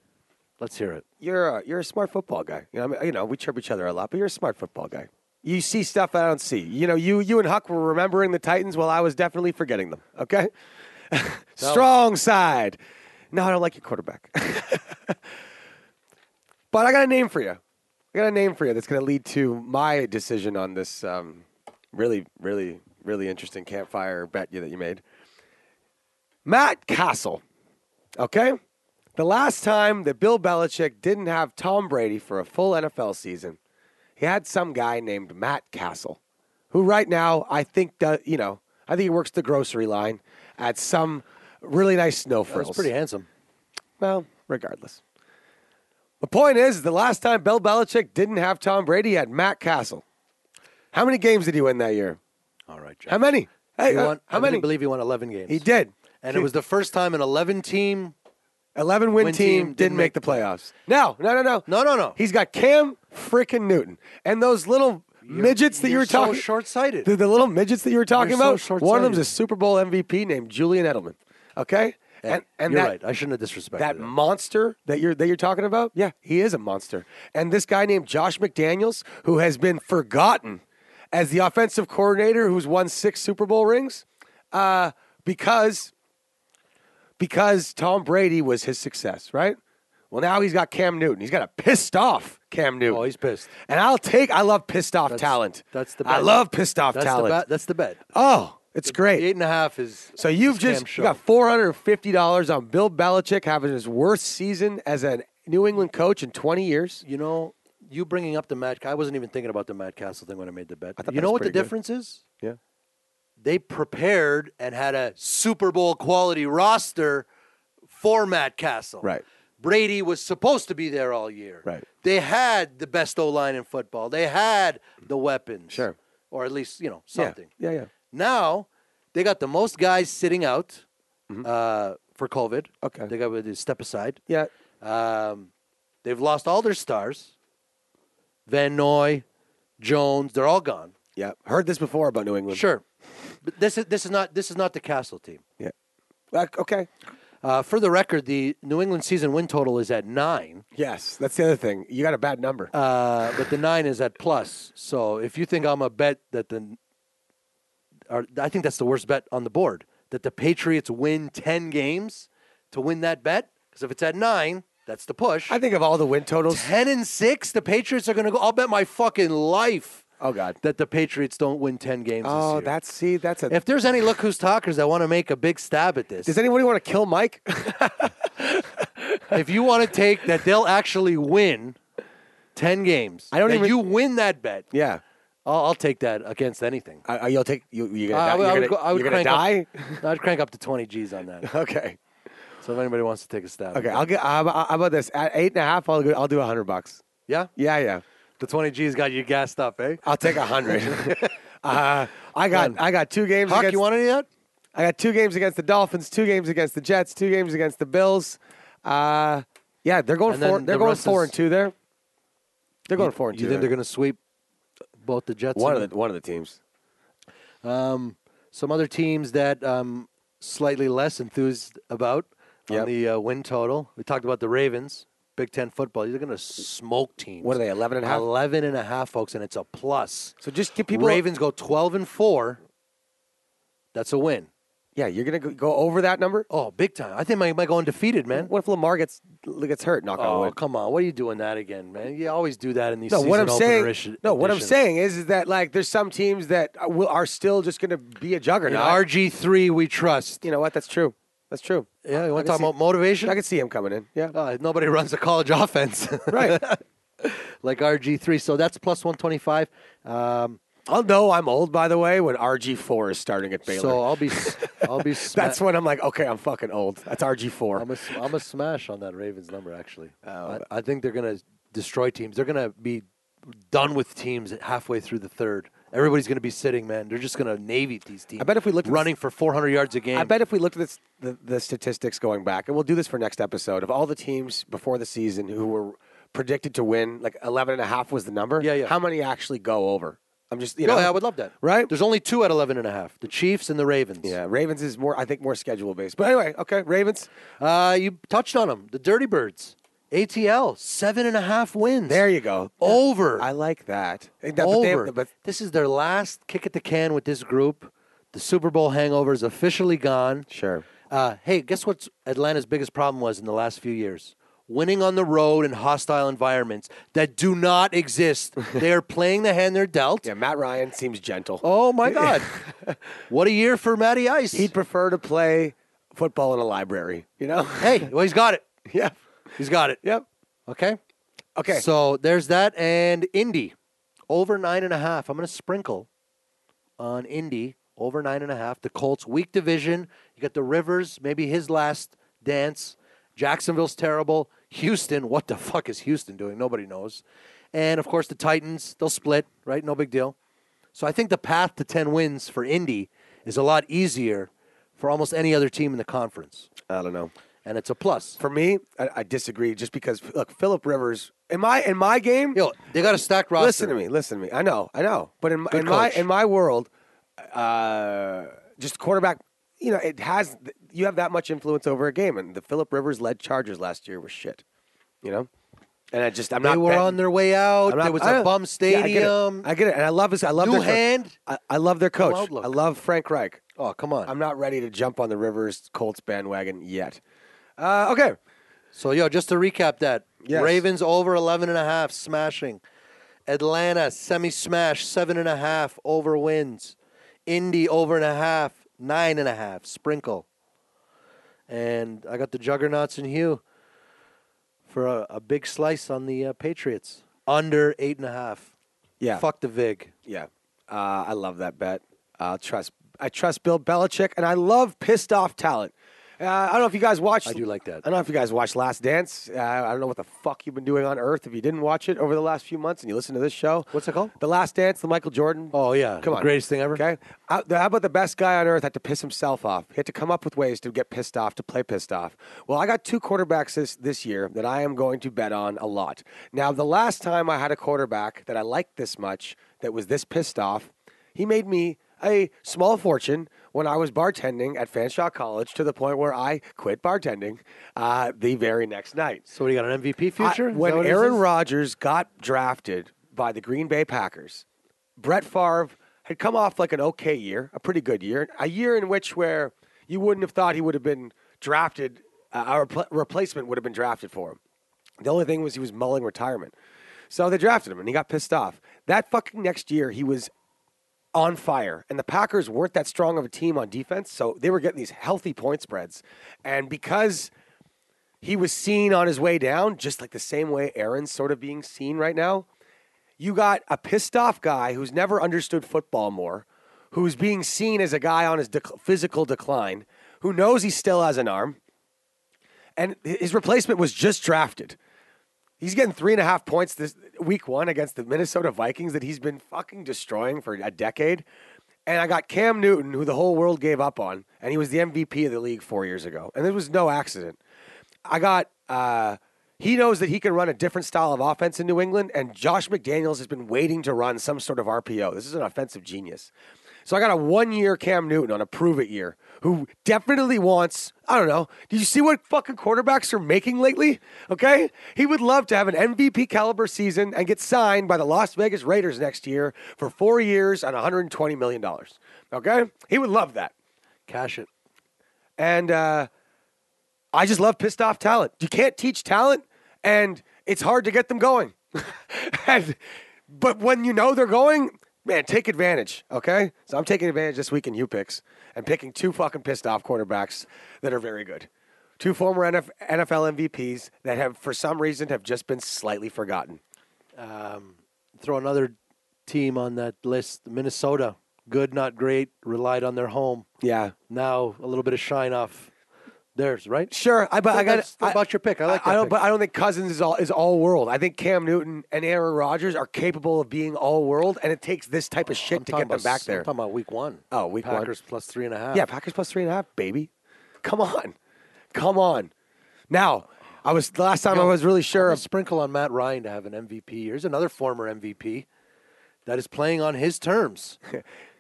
Speaker 3: Let's hear it.
Speaker 1: you're a, you're a smart football guy. You know, I mean, you know, we chirp each other a lot, but you're a smart football guy. You see stuff I don't see. You know, you you and Huck were remembering the Titans while I was definitely forgetting them. Okay, strong side. No, I don't like your quarterback. but I got a name for you. I got a name for you that's going to lead to my decision on this um, really, really, really interesting campfire bet you that you made. Matt Castle. Okay? The last time that Bill Belichick didn't have Tom Brady for a full NFL season, he had some guy named Matt Castle, who right now I think does, you know, I think he works the grocery line at some really nice snow frills.
Speaker 3: That's pretty handsome.
Speaker 1: Well, regardless. The point is, the last time Bill Belichick didn't have Tom Brady, he had Matt Castle. How many games did he win that year?
Speaker 3: All right, Jack.
Speaker 1: How many? Hey,
Speaker 3: He
Speaker 1: uh,
Speaker 3: won-
Speaker 1: how
Speaker 3: I
Speaker 1: many?
Speaker 3: believe he won 11 games.
Speaker 1: He did.
Speaker 3: And it was the first time an 11 team.
Speaker 1: 11 win,
Speaker 3: Win
Speaker 1: team, didn't, make the playoffs. No, no, no, no.
Speaker 3: No, no, no.
Speaker 1: He's got Cam freaking Newton. And those little midgets that you were
Speaker 3: You're so
Speaker 1: talking
Speaker 3: short sighted.
Speaker 1: The, the little midgets that you were talking
Speaker 3: You're so
Speaker 1: about, one of
Speaker 3: short-sighted.
Speaker 1: them's a Super Bowl MVP named Julian Edelman. Okay? And and
Speaker 3: you're
Speaker 1: that,
Speaker 3: right. I shouldn't have disrespected
Speaker 1: that
Speaker 3: him.
Speaker 1: monster that you're that you're talking about, yeah, he is a monster. And this guy named Josh McDaniels, who has been forgotten as the offensive coordinator who's won six Super Bowl rings, uh, because because Tom Brady was his success, right? Well, now he's got Cam Newton. He's got a pissed off Cam Newton.
Speaker 3: Oh, he's pissed.
Speaker 1: And I'll take. I love pissed off talent.
Speaker 3: that's the
Speaker 1: I
Speaker 3: bet.
Speaker 1: love pissed off
Speaker 3: That's
Speaker 1: talent.
Speaker 3: the bet. That's the bet.
Speaker 1: Oh, it's great.
Speaker 3: Eight and a half is
Speaker 1: So you've
Speaker 3: is Cam
Speaker 1: just you
Speaker 3: Shaw.
Speaker 1: got four hundred and fifty dollars on Bill Belichick having his worst season as a New England coach in twenty years.
Speaker 3: You know, you bringing up the Matt. I wasn't even thinking about the Matt Castle thing when I made the bet.
Speaker 1: thought
Speaker 3: You
Speaker 1: that
Speaker 3: know
Speaker 1: was
Speaker 3: what the
Speaker 1: pretty good.
Speaker 3: difference is?
Speaker 1: Yeah.
Speaker 3: They prepared and had a Super Bowl quality roster for Matt Castle.
Speaker 1: Right.
Speaker 3: Brady was supposed to be there all year.
Speaker 1: Right.
Speaker 3: They had the best O line in football. They had the weapons.
Speaker 1: Sure.
Speaker 3: Or at least, you know, something.
Speaker 1: Yeah, yeah. yeah.
Speaker 3: Now they got the most guys sitting out uh, for COVID.
Speaker 1: Okay.
Speaker 3: They got to step aside.
Speaker 1: Yeah.
Speaker 3: Um, they've lost all their stars. Van Noy, Jones, they're all gone.
Speaker 1: Yeah. Heard this before about New England.
Speaker 3: Sure, but this is this is not this is not the Castle team.
Speaker 1: Uh, okay.
Speaker 3: Uh, for the record, the New England season win total is at nine,
Speaker 1: Yes, that's the other thing. You got a bad number.
Speaker 3: uh, but the nine is at plus. So if you think I'm a bet that the, or I think that's the worst bet on the board that the Patriots win ten games to win that bet because if it's at nine, that's the push.
Speaker 1: I think of all the win totals.
Speaker 3: 10 and 6 the patriots are going to go i'll bet my fucking life
Speaker 1: Oh God.
Speaker 3: that the patriots don't win 10 games this
Speaker 1: Oh,
Speaker 3: year.
Speaker 1: that's see, that's a.
Speaker 3: if there's any look who's talkers that want to make a big stab at this
Speaker 1: does anybody want to kill Mike?
Speaker 3: if you want to take that they'll actually win 10 games
Speaker 1: I don't
Speaker 3: that
Speaker 1: even-
Speaker 3: you win that bet
Speaker 1: yeah.
Speaker 3: I'll, I'll take that against anything
Speaker 1: I, I- you'll take you. You're gonna, die-
Speaker 3: Uh, would-
Speaker 1: you're gonna,
Speaker 3: would go- I would
Speaker 1: you're gonna die.
Speaker 3: crank up- I'd crank up to 20 G's on that.
Speaker 1: okay.
Speaker 3: So if anybody wants to take a stab.
Speaker 1: Okay. I'll get. How about, how about this? At eight and a half, I'll go, I'll do a hundred bucks.
Speaker 3: Yeah?
Speaker 1: Yeah, yeah.
Speaker 3: The 20 G's got you gassed up, eh?
Speaker 1: I'll take a hundred. uh, I got.
Speaker 3: Done.
Speaker 1: I got two games.
Speaker 3: Hawk,
Speaker 1: against,
Speaker 3: you want any of that?
Speaker 1: I got two games against the Dolphins, two games against the Jets, two games against the Bills. Uh, yeah, they're going
Speaker 3: And
Speaker 1: four.
Speaker 3: then
Speaker 1: They're
Speaker 3: the
Speaker 1: going
Speaker 3: rest
Speaker 1: four
Speaker 3: is-
Speaker 1: and two there. They're going four and
Speaker 3: You
Speaker 1: two.
Speaker 3: think
Speaker 1: there.
Speaker 3: they're going to sweep both the Jets
Speaker 1: one
Speaker 3: and
Speaker 1: of the one of the teams.
Speaker 3: Um, some other teams that um, slightly less enthused about
Speaker 1: Yep.
Speaker 3: on the uh, win total. We talked about the Ravens, Big Ten football. They're going to smoke teams.
Speaker 1: What are they? 11 and a half.
Speaker 3: 11 and a half, folks, and it's a plus.
Speaker 1: So just give people.
Speaker 3: Ravens go 12 and 4. That's a win.
Speaker 1: Yeah, you're gonna go- go over that number.
Speaker 3: Oh, big time. I think they might go undefeated, man.
Speaker 1: What if Lamar gets gets hurt? Knock on
Speaker 3: Oh,
Speaker 1: wood.
Speaker 3: come on. What are you doing that again, man? You always do that in these
Speaker 1: No,
Speaker 3: season
Speaker 1: what I'm
Speaker 3: opener
Speaker 1: saying.
Speaker 3: ishi-
Speaker 1: No, what I'm
Speaker 3: editions.
Speaker 1: saying is, is that like there's some teams that are- will, are still just gonna be a
Speaker 3: In
Speaker 1: juggernaut.
Speaker 3: RG3, we trust.
Speaker 1: you know what? That's true. That's true.
Speaker 3: Yeah, you
Speaker 1: I can
Speaker 3: want to talk
Speaker 1: see-
Speaker 3: about motivation?
Speaker 1: I can see him coming in. Yeah.
Speaker 3: Uh, nobody runs a college offense
Speaker 1: Right.
Speaker 3: like RG3. So that's plus 125. Um,
Speaker 1: I'll know I'm old, by the way, when RG four is starting at Baylor.
Speaker 3: so I'll be, s- I'll be. Sma-
Speaker 1: That's when I'm like, okay, I'm fucking old. That's RG four.
Speaker 3: I'm a, s- I'm a smash on that Ravens number. Actually,
Speaker 1: Oh.
Speaker 3: I, I think they're gonna destroy teams. They're gonna be done with teams halfway through the third. Everybody's gonna be sitting, man. They're just gonna navy these teams.
Speaker 1: I bet if we looked at this-
Speaker 3: running for 400 yards a game.
Speaker 1: I bet if we looked at this, the, the statistics going back, and we'll do this for next episode, of all the teams before the season who were predicted to win, like 11 and a half was the number.
Speaker 3: Yeah, yeah.
Speaker 1: How many actually go over? I'm just, you
Speaker 3: No,
Speaker 1: know.
Speaker 3: I would love that.
Speaker 1: Right?
Speaker 3: There's only two at 11 and a half. The Chiefs and the Ravens.
Speaker 1: yeah, Ravens is more, I think, more schedule based. But anyway, okay, Ravens.
Speaker 3: Uh, you touched on them. The Dirty Birds. ATL seven and a half wins.
Speaker 1: There you go.
Speaker 3: Over.
Speaker 1: I like that. That- But,
Speaker 3: over.
Speaker 1: they- but
Speaker 3: this is their last kick at the can with this group. The Super Bowl hangover is officially gone.
Speaker 1: sure.
Speaker 3: Uh, hey, guess what Atlanta's biggest problem was in the last few years? Winning on the road in hostile environments that do not exist. they are playing the hand they're dealt.
Speaker 1: Yeah, Matt Ryan seems gentle.
Speaker 3: Oh my God! what a year for Matty Ice.
Speaker 1: He'd prefer to play football in a library, you know?
Speaker 3: hey, well he's got it.
Speaker 1: yep.
Speaker 3: He's got it.
Speaker 1: Yep.
Speaker 3: Okay.
Speaker 1: Okay.
Speaker 3: So there's that, and Indy over nine and a half. I'm going to sprinkle on Indy over nine and a half. The Colts weak division. You got the Rivers, maybe his last dance. Jacksonville's terrible. Houston, what the fuck is Houston doing? Nobody knows. And of course the Titans, they'll split, right? No big deal. So I think the path to ten wins for Indy is a lot easier for almost any other team in the conference,
Speaker 1: I don't know.
Speaker 3: and it's a plus.
Speaker 1: For me, I, I disagree. Just because, look, Philip Rivers in my in my game.
Speaker 3: Yo, they got a stacked roster.
Speaker 1: listen to me, listen to me. I know, I know. But in, my-
Speaker 3: Good
Speaker 1: in my
Speaker 3: coach.
Speaker 1: in my world, uh, just quarterback. You know, it has you have that much influence over a game, and the Philip Rivers led Chargers last year was shit. You know, and I just I'm
Speaker 3: They
Speaker 1: not.
Speaker 3: were
Speaker 1: betting-
Speaker 3: on their way out.
Speaker 1: I'm not-
Speaker 3: there was
Speaker 1: I
Speaker 3: a
Speaker 1: know.
Speaker 3: bum
Speaker 1: Yeah, I get it.
Speaker 3: stadium.
Speaker 1: I get it, and I love his. I love
Speaker 3: New
Speaker 1: their coach.
Speaker 3: hand.
Speaker 1: I, I love their coach.
Speaker 3: outlook.
Speaker 1: I love Frank Reich.
Speaker 3: oh, come on.
Speaker 1: I'm not ready to jump on the Rivers Colts bandwagon yet. Uh, okay,
Speaker 3: so, yo, just to recap that
Speaker 1: Yes.
Speaker 3: Ravens over 11 and a half, smashing. Atlanta semi smash, seven and a half, over wins. Indy over and a half, nine and a half, sprinkle. And I got the Juggernauts and Hugh for a, a big slice on the uh, Patriots. Under eight and a half.
Speaker 1: yeah.
Speaker 3: Fuck the Vig.
Speaker 1: Yeah, uh, I love that bet. Uh, trust, I trust Bill Belichick, and I love pissed off talent. Uh, I don't know if you guys watched.
Speaker 3: I do like that.
Speaker 1: I don't know if you guys watched Last Dance. Uh, I don't know what the fuck you've been doing on Earth if you didn't watch it over the last few months and you listen to this show.
Speaker 3: What's it called?
Speaker 1: The Last Dance, the Michael Jordan.
Speaker 3: Oh yeah,
Speaker 1: Come
Speaker 3: the
Speaker 1: on.
Speaker 3: greatest thing ever.
Speaker 1: Okay. How how about the best guy on earth had to piss himself off? He had to come up with ways to get pissed off, to play pissed off. Well, I got two quarterbacks this, this year that I am going to bet on a lot. Now, the last time I had a quarterback that I liked this much, that was this pissed off, he made me a small fortune when I was bartending at Fanshawe College to the point where I quit bartending uh, the very next night.
Speaker 3: So what, you got an MVP
Speaker 1: I-
Speaker 3: future? Is that
Speaker 1: when
Speaker 3: what it
Speaker 1: Aaron
Speaker 3: is?
Speaker 1: Rodgers got drafted by the Green Bay Packers, Brett Favre had come off like an okay year, a pretty good year, a year in which where you wouldn't have thought he would have been drafted, uh, our repl- replacement would have been drafted for him. The only thing was he was mulling retirement. So they drafted him and he got pissed off. That fucking next year, he was on fire. And the Packers weren't that strong of a team on defense, so they were getting these healthy point spreads. And because he was seen on his way down, just like the same way Aaron's sort of being seen right now, you got a pissed off guy who's never understood football more, who's being seen as a guy on his dec- physical decline, who knows he still has an arm. And hi- his replacement was just drafted. He's getting three and a half points this week one against the Minnesota Vikings that he's been fucking destroying for a decade. And I got Cam Newton, who the whole world gave up on, and he was the MVP of the league four years ago. And it was no accident. I got uh, he knows that he can run a different style of offense in New England, and Josh McDaniels has been waiting to run some sort of RPO. This is an offensive genius. So I got a one-year Cam Newton on a prove-it year, who definitely wants. I don't know. Do you see what fucking quarterbacks are making lately? Okay, he would love to have an MVP caliber season and get signed by the Las Vegas Raiders next year for four years and 120 million dollars. Okay, he would love that.
Speaker 3: Cash it.
Speaker 1: And uh, I just love pissed off talent. You can't teach talent, and it's hard to get them going. and, but when you know they're going, man, take advantage, okay? So I'm taking advantage this week in U picks and picking two fucking pissed off quarterbacks that are very good. Two former NF- NFL MVPs that have, for some reason, have just been slightly forgotten.
Speaker 3: Throw another team on that list. Minnesota, good, not great. Relied on their home.
Speaker 1: Yeah.
Speaker 3: Now a little bit of shine off theirs, right?
Speaker 1: Sure, I but I got
Speaker 3: That's about your pick. I like that
Speaker 1: I don't,
Speaker 3: pick.
Speaker 1: but I don't think Cousins is all is all world. I think Cam Newton and Aaron Rodgers are capable of being all world, and it takes this type of shit
Speaker 3: I'm
Speaker 1: to
Speaker 3: talking
Speaker 1: get them
Speaker 3: about-
Speaker 1: back
Speaker 3: I'm
Speaker 1: there.
Speaker 3: talking about week one.
Speaker 1: Oh, week one.
Speaker 3: Packers plus three and a half.
Speaker 1: Yeah, Packers plus three and a half, baby. Come on, come on. Now, I was the last time I was really sure.
Speaker 3: A
Speaker 1: Of,
Speaker 3: sprinkle on Matt Ryan to have an MVP. Here's another former MVP that is playing on his terms.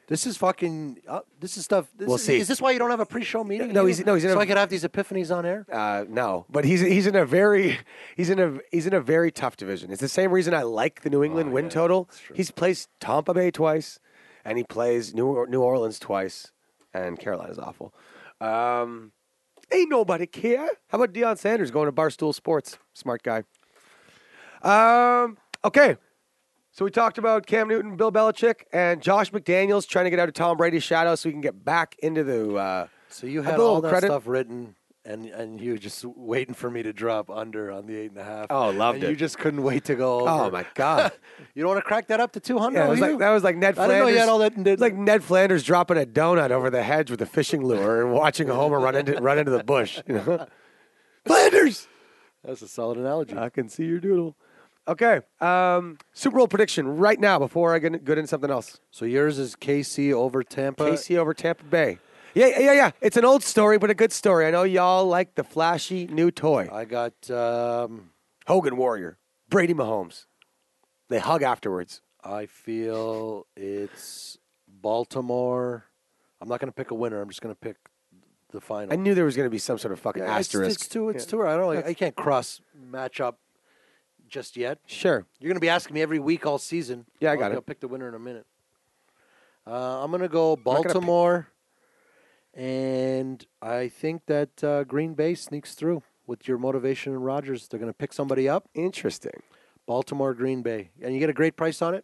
Speaker 3: this is fucking. Uh, this is stuff. This
Speaker 1: We'll
Speaker 3: is,
Speaker 1: see.
Speaker 3: Is this why you don't have a pre-show meeting?
Speaker 1: No,
Speaker 3: You-
Speaker 1: he's- no, he's in
Speaker 3: so
Speaker 1: a-
Speaker 3: I could have these epiphanies on air.
Speaker 1: uh, no, but he's he's in a very he's in a he's in a very tough division. It's the same reason I like the New England win total. He's placed Tampa Bay twice, and he plays New or- New Orleans twice, and Carolina's awful. Um, ain't nobody care. How about Deion Sanders going to Barstool Sports? Smart guy. Um, okay. So we talked about Cam Newton, Bill Belichick, and Josh McDaniels trying to get out of Tom Brady's shadow so we can get back into the. Uh,
Speaker 3: So you
Speaker 1: a
Speaker 3: had
Speaker 1: little
Speaker 3: all that
Speaker 1: credit-
Speaker 3: stuff written, and and you just waiting for me to drop under on the eight and a half.
Speaker 1: Oh, loved
Speaker 3: and
Speaker 1: it.
Speaker 3: You just couldn't wait to go.
Speaker 1: Oh,
Speaker 3: over.
Speaker 1: my God.
Speaker 3: you don't want to crack that up to two hundred.
Speaker 1: Yeah, it was like, that was like Ned
Speaker 3: I
Speaker 1: Flanders.
Speaker 3: didn't know you had all that-
Speaker 1: it was like Ned Flanders dropping a donut over the hedge with a fishing lure and watching Homer run into run into the bush. You know? Flanders,
Speaker 3: That's a solid analogy.
Speaker 1: I can see your doodle. Okay, um, Super Bowl prediction right now before I get good into something else.
Speaker 3: so yours is KC over Tampa.
Speaker 1: KC over Tampa Bay. Yeah, yeah, yeah. It's an old story, but a good story. I know y'all like the flashy new toy.
Speaker 3: I got. Um,
Speaker 1: Hogan Warrior, Brady Mahomes. They hug afterwards.
Speaker 3: I feel it's Baltimore. I'm not going to pick a winner. I'm just going to pick the final.
Speaker 1: I knew there was going to be some sort of fucking
Speaker 3: Yeah, it's-
Speaker 1: asterisk.
Speaker 3: It's, too. It's too. I don't. Like, I can't cross match up just yet.
Speaker 1: sure.
Speaker 3: You're going to be asking me every week all season.
Speaker 1: Yeah, I
Speaker 3: I'll-
Speaker 1: got it.
Speaker 3: I'll pick the winner in a minute. Uh, I'm going to go
Speaker 1: gonna pick-
Speaker 3: Baltimore, and I think that uh, Green Bay sneaks through with your motivation and Rogers. They're going to pick somebody up.
Speaker 1: Interesting.
Speaker 3: Baltimore, Green Bay, and you get a great price on it.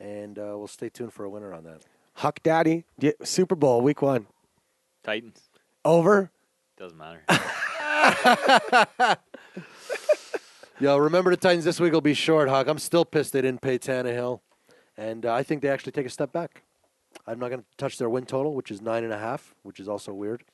Speaker 3: And uh, we'll stay tuned for a winner on that.
Speaker 1: Huck Daddy, yeah, Super Bowl week one.
Speaker 4: Titans.
Speaker 1: Over.
Speaker 4: Doesn't matter.
Speaker 3: Yo, remember the Titans this week will be short, Hawk. I'm still pissed they didn't pay Tannehill, and uh, I think they actually take a step back. I'm not going to touch their win total, which is nine and a half, which is also weird.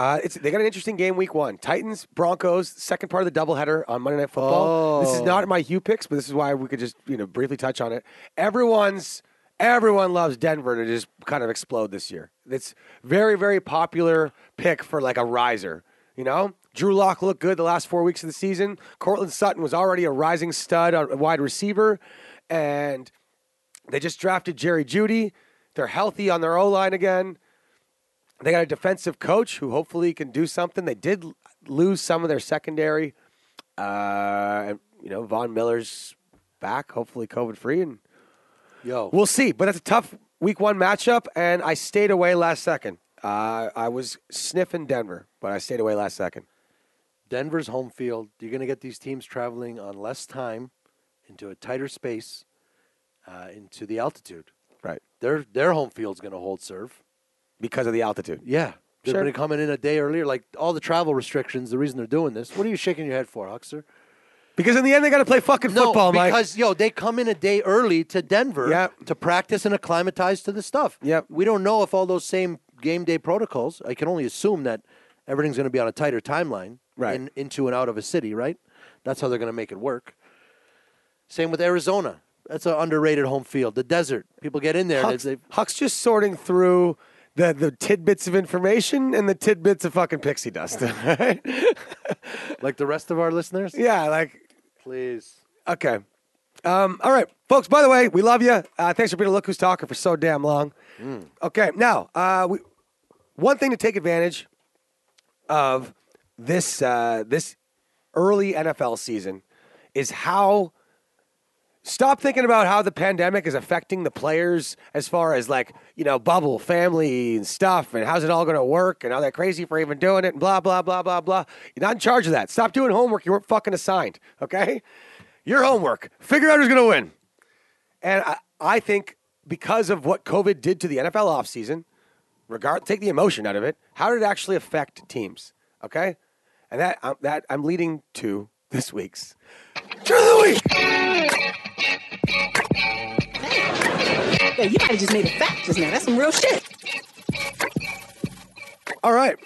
Speaker 1: Uh, it's, they got an interesting game week one. Titans, Broncos, second part of the doubleheader on Monday Night Football. This is
Speaker 3: Oh.
Speaker 1: not my Hugh picks, but this is why we could just you know briefly touch on it. Everyone's everyone loves Denver to just kind of explode this year. It's very very popular pick for like a riser. You know, Drew Lock looked good the last four weeks of the season. Cortland Sutton was already a rising stud, a wide receiver, and they just drafted Jerry Judy. They're healthy on their O line again. They got a defensive coach who hopefully can do something. They did l- lose some of their secondary. Uh, and, you know, Von Miller's back, hopefully COVID free, and
Speaker 3: Yo.
Speaker 1: we'll see. But that's a tough week one matchup, and I stayed away last second. Uh, I was sniffing Denver, but I stayed away last second.
Speaker 3: Denver's home field. You're going to get these teams traveling on less time into a tighter space, uh, into the altitude.
Speaker 1: Right.
Speaker 3: Their their home field's going to hold serve.
Speaker 1: Because of the altitude.
Speaker 3: Yeah. They're
Speaker 1: Sure.
Speaker 3: going to come in a day earlier. Like all the travel restrictions, the reason they're doing this. What are you shaking your head for, Huckster?
Speaker 1: Because in the end, they got to play fucking football,
Speaker 3: no,
Speaker 1: Mike.
Speaker 3: because yo, they come in a day early to Denver
Speaker 1: Yep.
Speaker 3: to practice and acclimatize to the stuff.
Speaker 1: Yep.
Speaker 3: We don't know if all those same game day protocols. I can only assume that everything's going to be on a tighter timeline,
Speaker 1: Right.
Speaker 3: In, into and out of a city, right? That's how they're going to make it work. Same with Arizona. That's an underrated home field. The desert. People get in there. and
Speaker 1: Huck's,
Speaker 3: they,
Speaker 1: Huck's just sorting through the, the tidbits of information and the tidbits of fucking pixie dust. right?
Speaker 3: like the rest of our listeners.
Speaker 1: yeah, like
Speaker 3: Please.
Speaker 1: Okay. Um, all right, folks. By the way, we love you. Uh, thanks for being a look who's talking for so damn long. Okay, now uh, we, one thing to take advantage of this uh, this early NFL season is how stop thinking about how the pandemic is affecting the players as far as like you know bubble family and stuff and how's it all going to work and are they crazy for even doing it and blah blah blah blah blah you're not in charge of that stop doing homework you weren't fucking assigned okay your homework figure out who's going to win and I, I think because of what covid did to the nfl offseason regard take the emotion out of it how did it actually affect teams okay and that, um, that i'm leading to this week's Drew of the week
Speaker 5: Yeah, you might have just made a fact just now. That's some real shit.
Speaker 1: All right.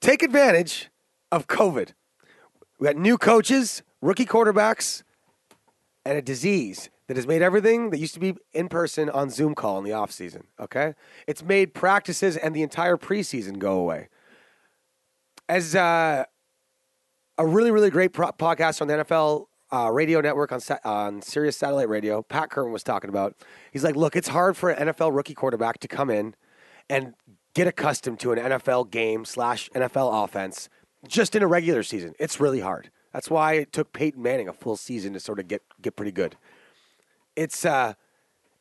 Speaker 1: Take advantage of COVID. We got new coaches, rookie quarterbacks, and a disease that has made everything that used to be in person on Zoom call in the offseason. Okay? It's made practices and the entire preseason go away. As uh, a really, really great pro- podcast on the NFL uh, radio network on, sa- on Sirius Satellite Radio. Pat Curran was talking about. He's like, look, it's hard for an NFL rookie quarterback to come in and get accustomed to an NFL game slash NFL offense just in a regular season. It's really hard. That's why it took Peyton Manning a full season to sort of get get pretty good. It's uh,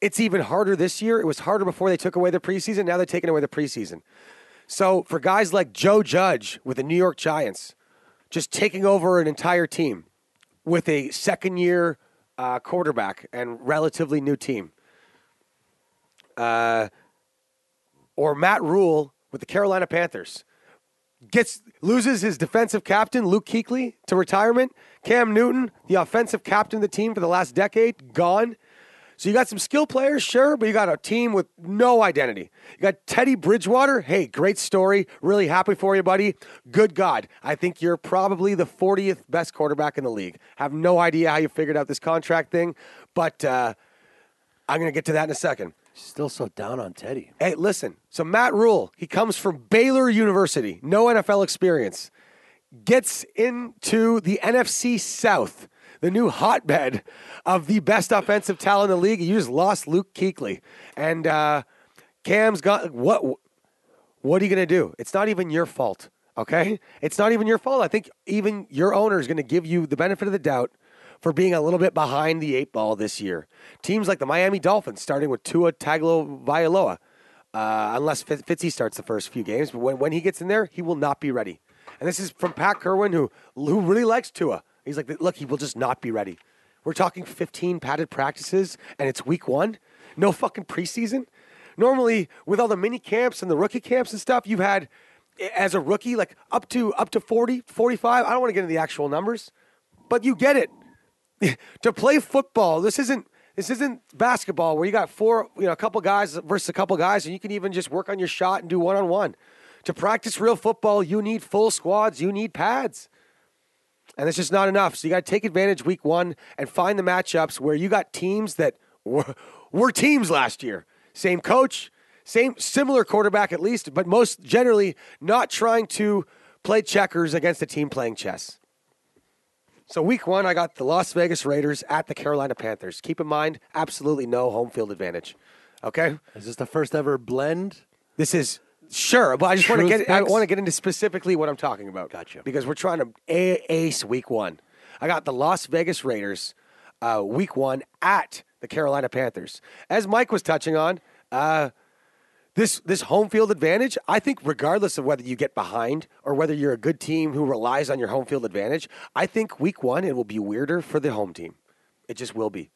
Speaker 1: it's even harder this year. It was harder before they took away the preseason. Now they're taking away the preseason. So for guys like Joe Judge with the New York Giants, just taking over an entire team with a second year uh, quarterback and relatively new team. Uh, or Matt Rule with the Carolina Panthers gets loses his defensive captain Luke Kuechly to retirement. Cam Newton, the offensive captain of the team for the last decade, gone. So you got some skill players, sure, but you got a team with no identity. You got Teddy Bridgewater. Hey, great story. Really happy for you, buddy. Good God, I think you're probably the 40th best quarterback in the league. Have no idea how you figured out this contract thing, but uh, I'm going to get to that in a second.
Speaker 3: Still so down on Teddy.
Speaker 1: Hey, listen. So Matt Rule, he comes from Baylor University, no NFL experience, gets into the NFC South, the new hotbed of the best offensive talent in the league. You just lost Luke Kuechly, and uh, Cam's got what? What are you gonna do? It's not even your fault. Okay, it's not even your fault. I think even your owner is gonna give you the benefit of the doubt. For being a little bit behind the eight ball this year, teams like the Miami Dolphins, starting with Tua Tagovailoa, uh, unless Fitz- Fitzy starts the first few games. But when, when he gets in there, he will not be ready. And this is from Pat Kerwin, who, who really likes Tua. He's like, look, he will just not be ready. We're talking 15 padded practices, and it's week one. No fucking preseason. Normally, with all the mini camps and the rookie camps and stuff, you've had, i- as a rookie, like up to up to 40, 45. I don't want to get into the actual numbers, but you get it to play football. This isn't this isn't basketball where you got four, you know, a couple guys versus a couple guys, and you can even just work on your shot and do one on one. To practice real football, you need full squads, you need pads. And it's just not enough. So you got to take advantage week one and find the matchups where you got teams that were, were teams last year. Same coach, same similar quarterback at least, but most generally not trying to play checkers against a team playing chess. So week one, I got the Las Vegas Raiders at the Carolina Panthers. Keep in mind, absolutely no home field advantage. Okay,
Speaker 3: Is this the first ever blend?
Speaker 1: this is sure, but I just want to
Speaker 3: Truth
Speaker 1: get I
Speaker 3: picks?
Speaker 1: want to get into specifically what I'm talking about.
Speaker 3: Gotcha.
Speaker 1: Because we're trying to a- ace week one. I got the Las Vegas Raiders, uh, week one at the Carolina Panthers. As Mike was touching on, uh, this this home field advantage, I think regardless of whether you get behind or whether you're a good team who relies on your home field advantage, I think week 1 it will be weirder for the home team. It just will be.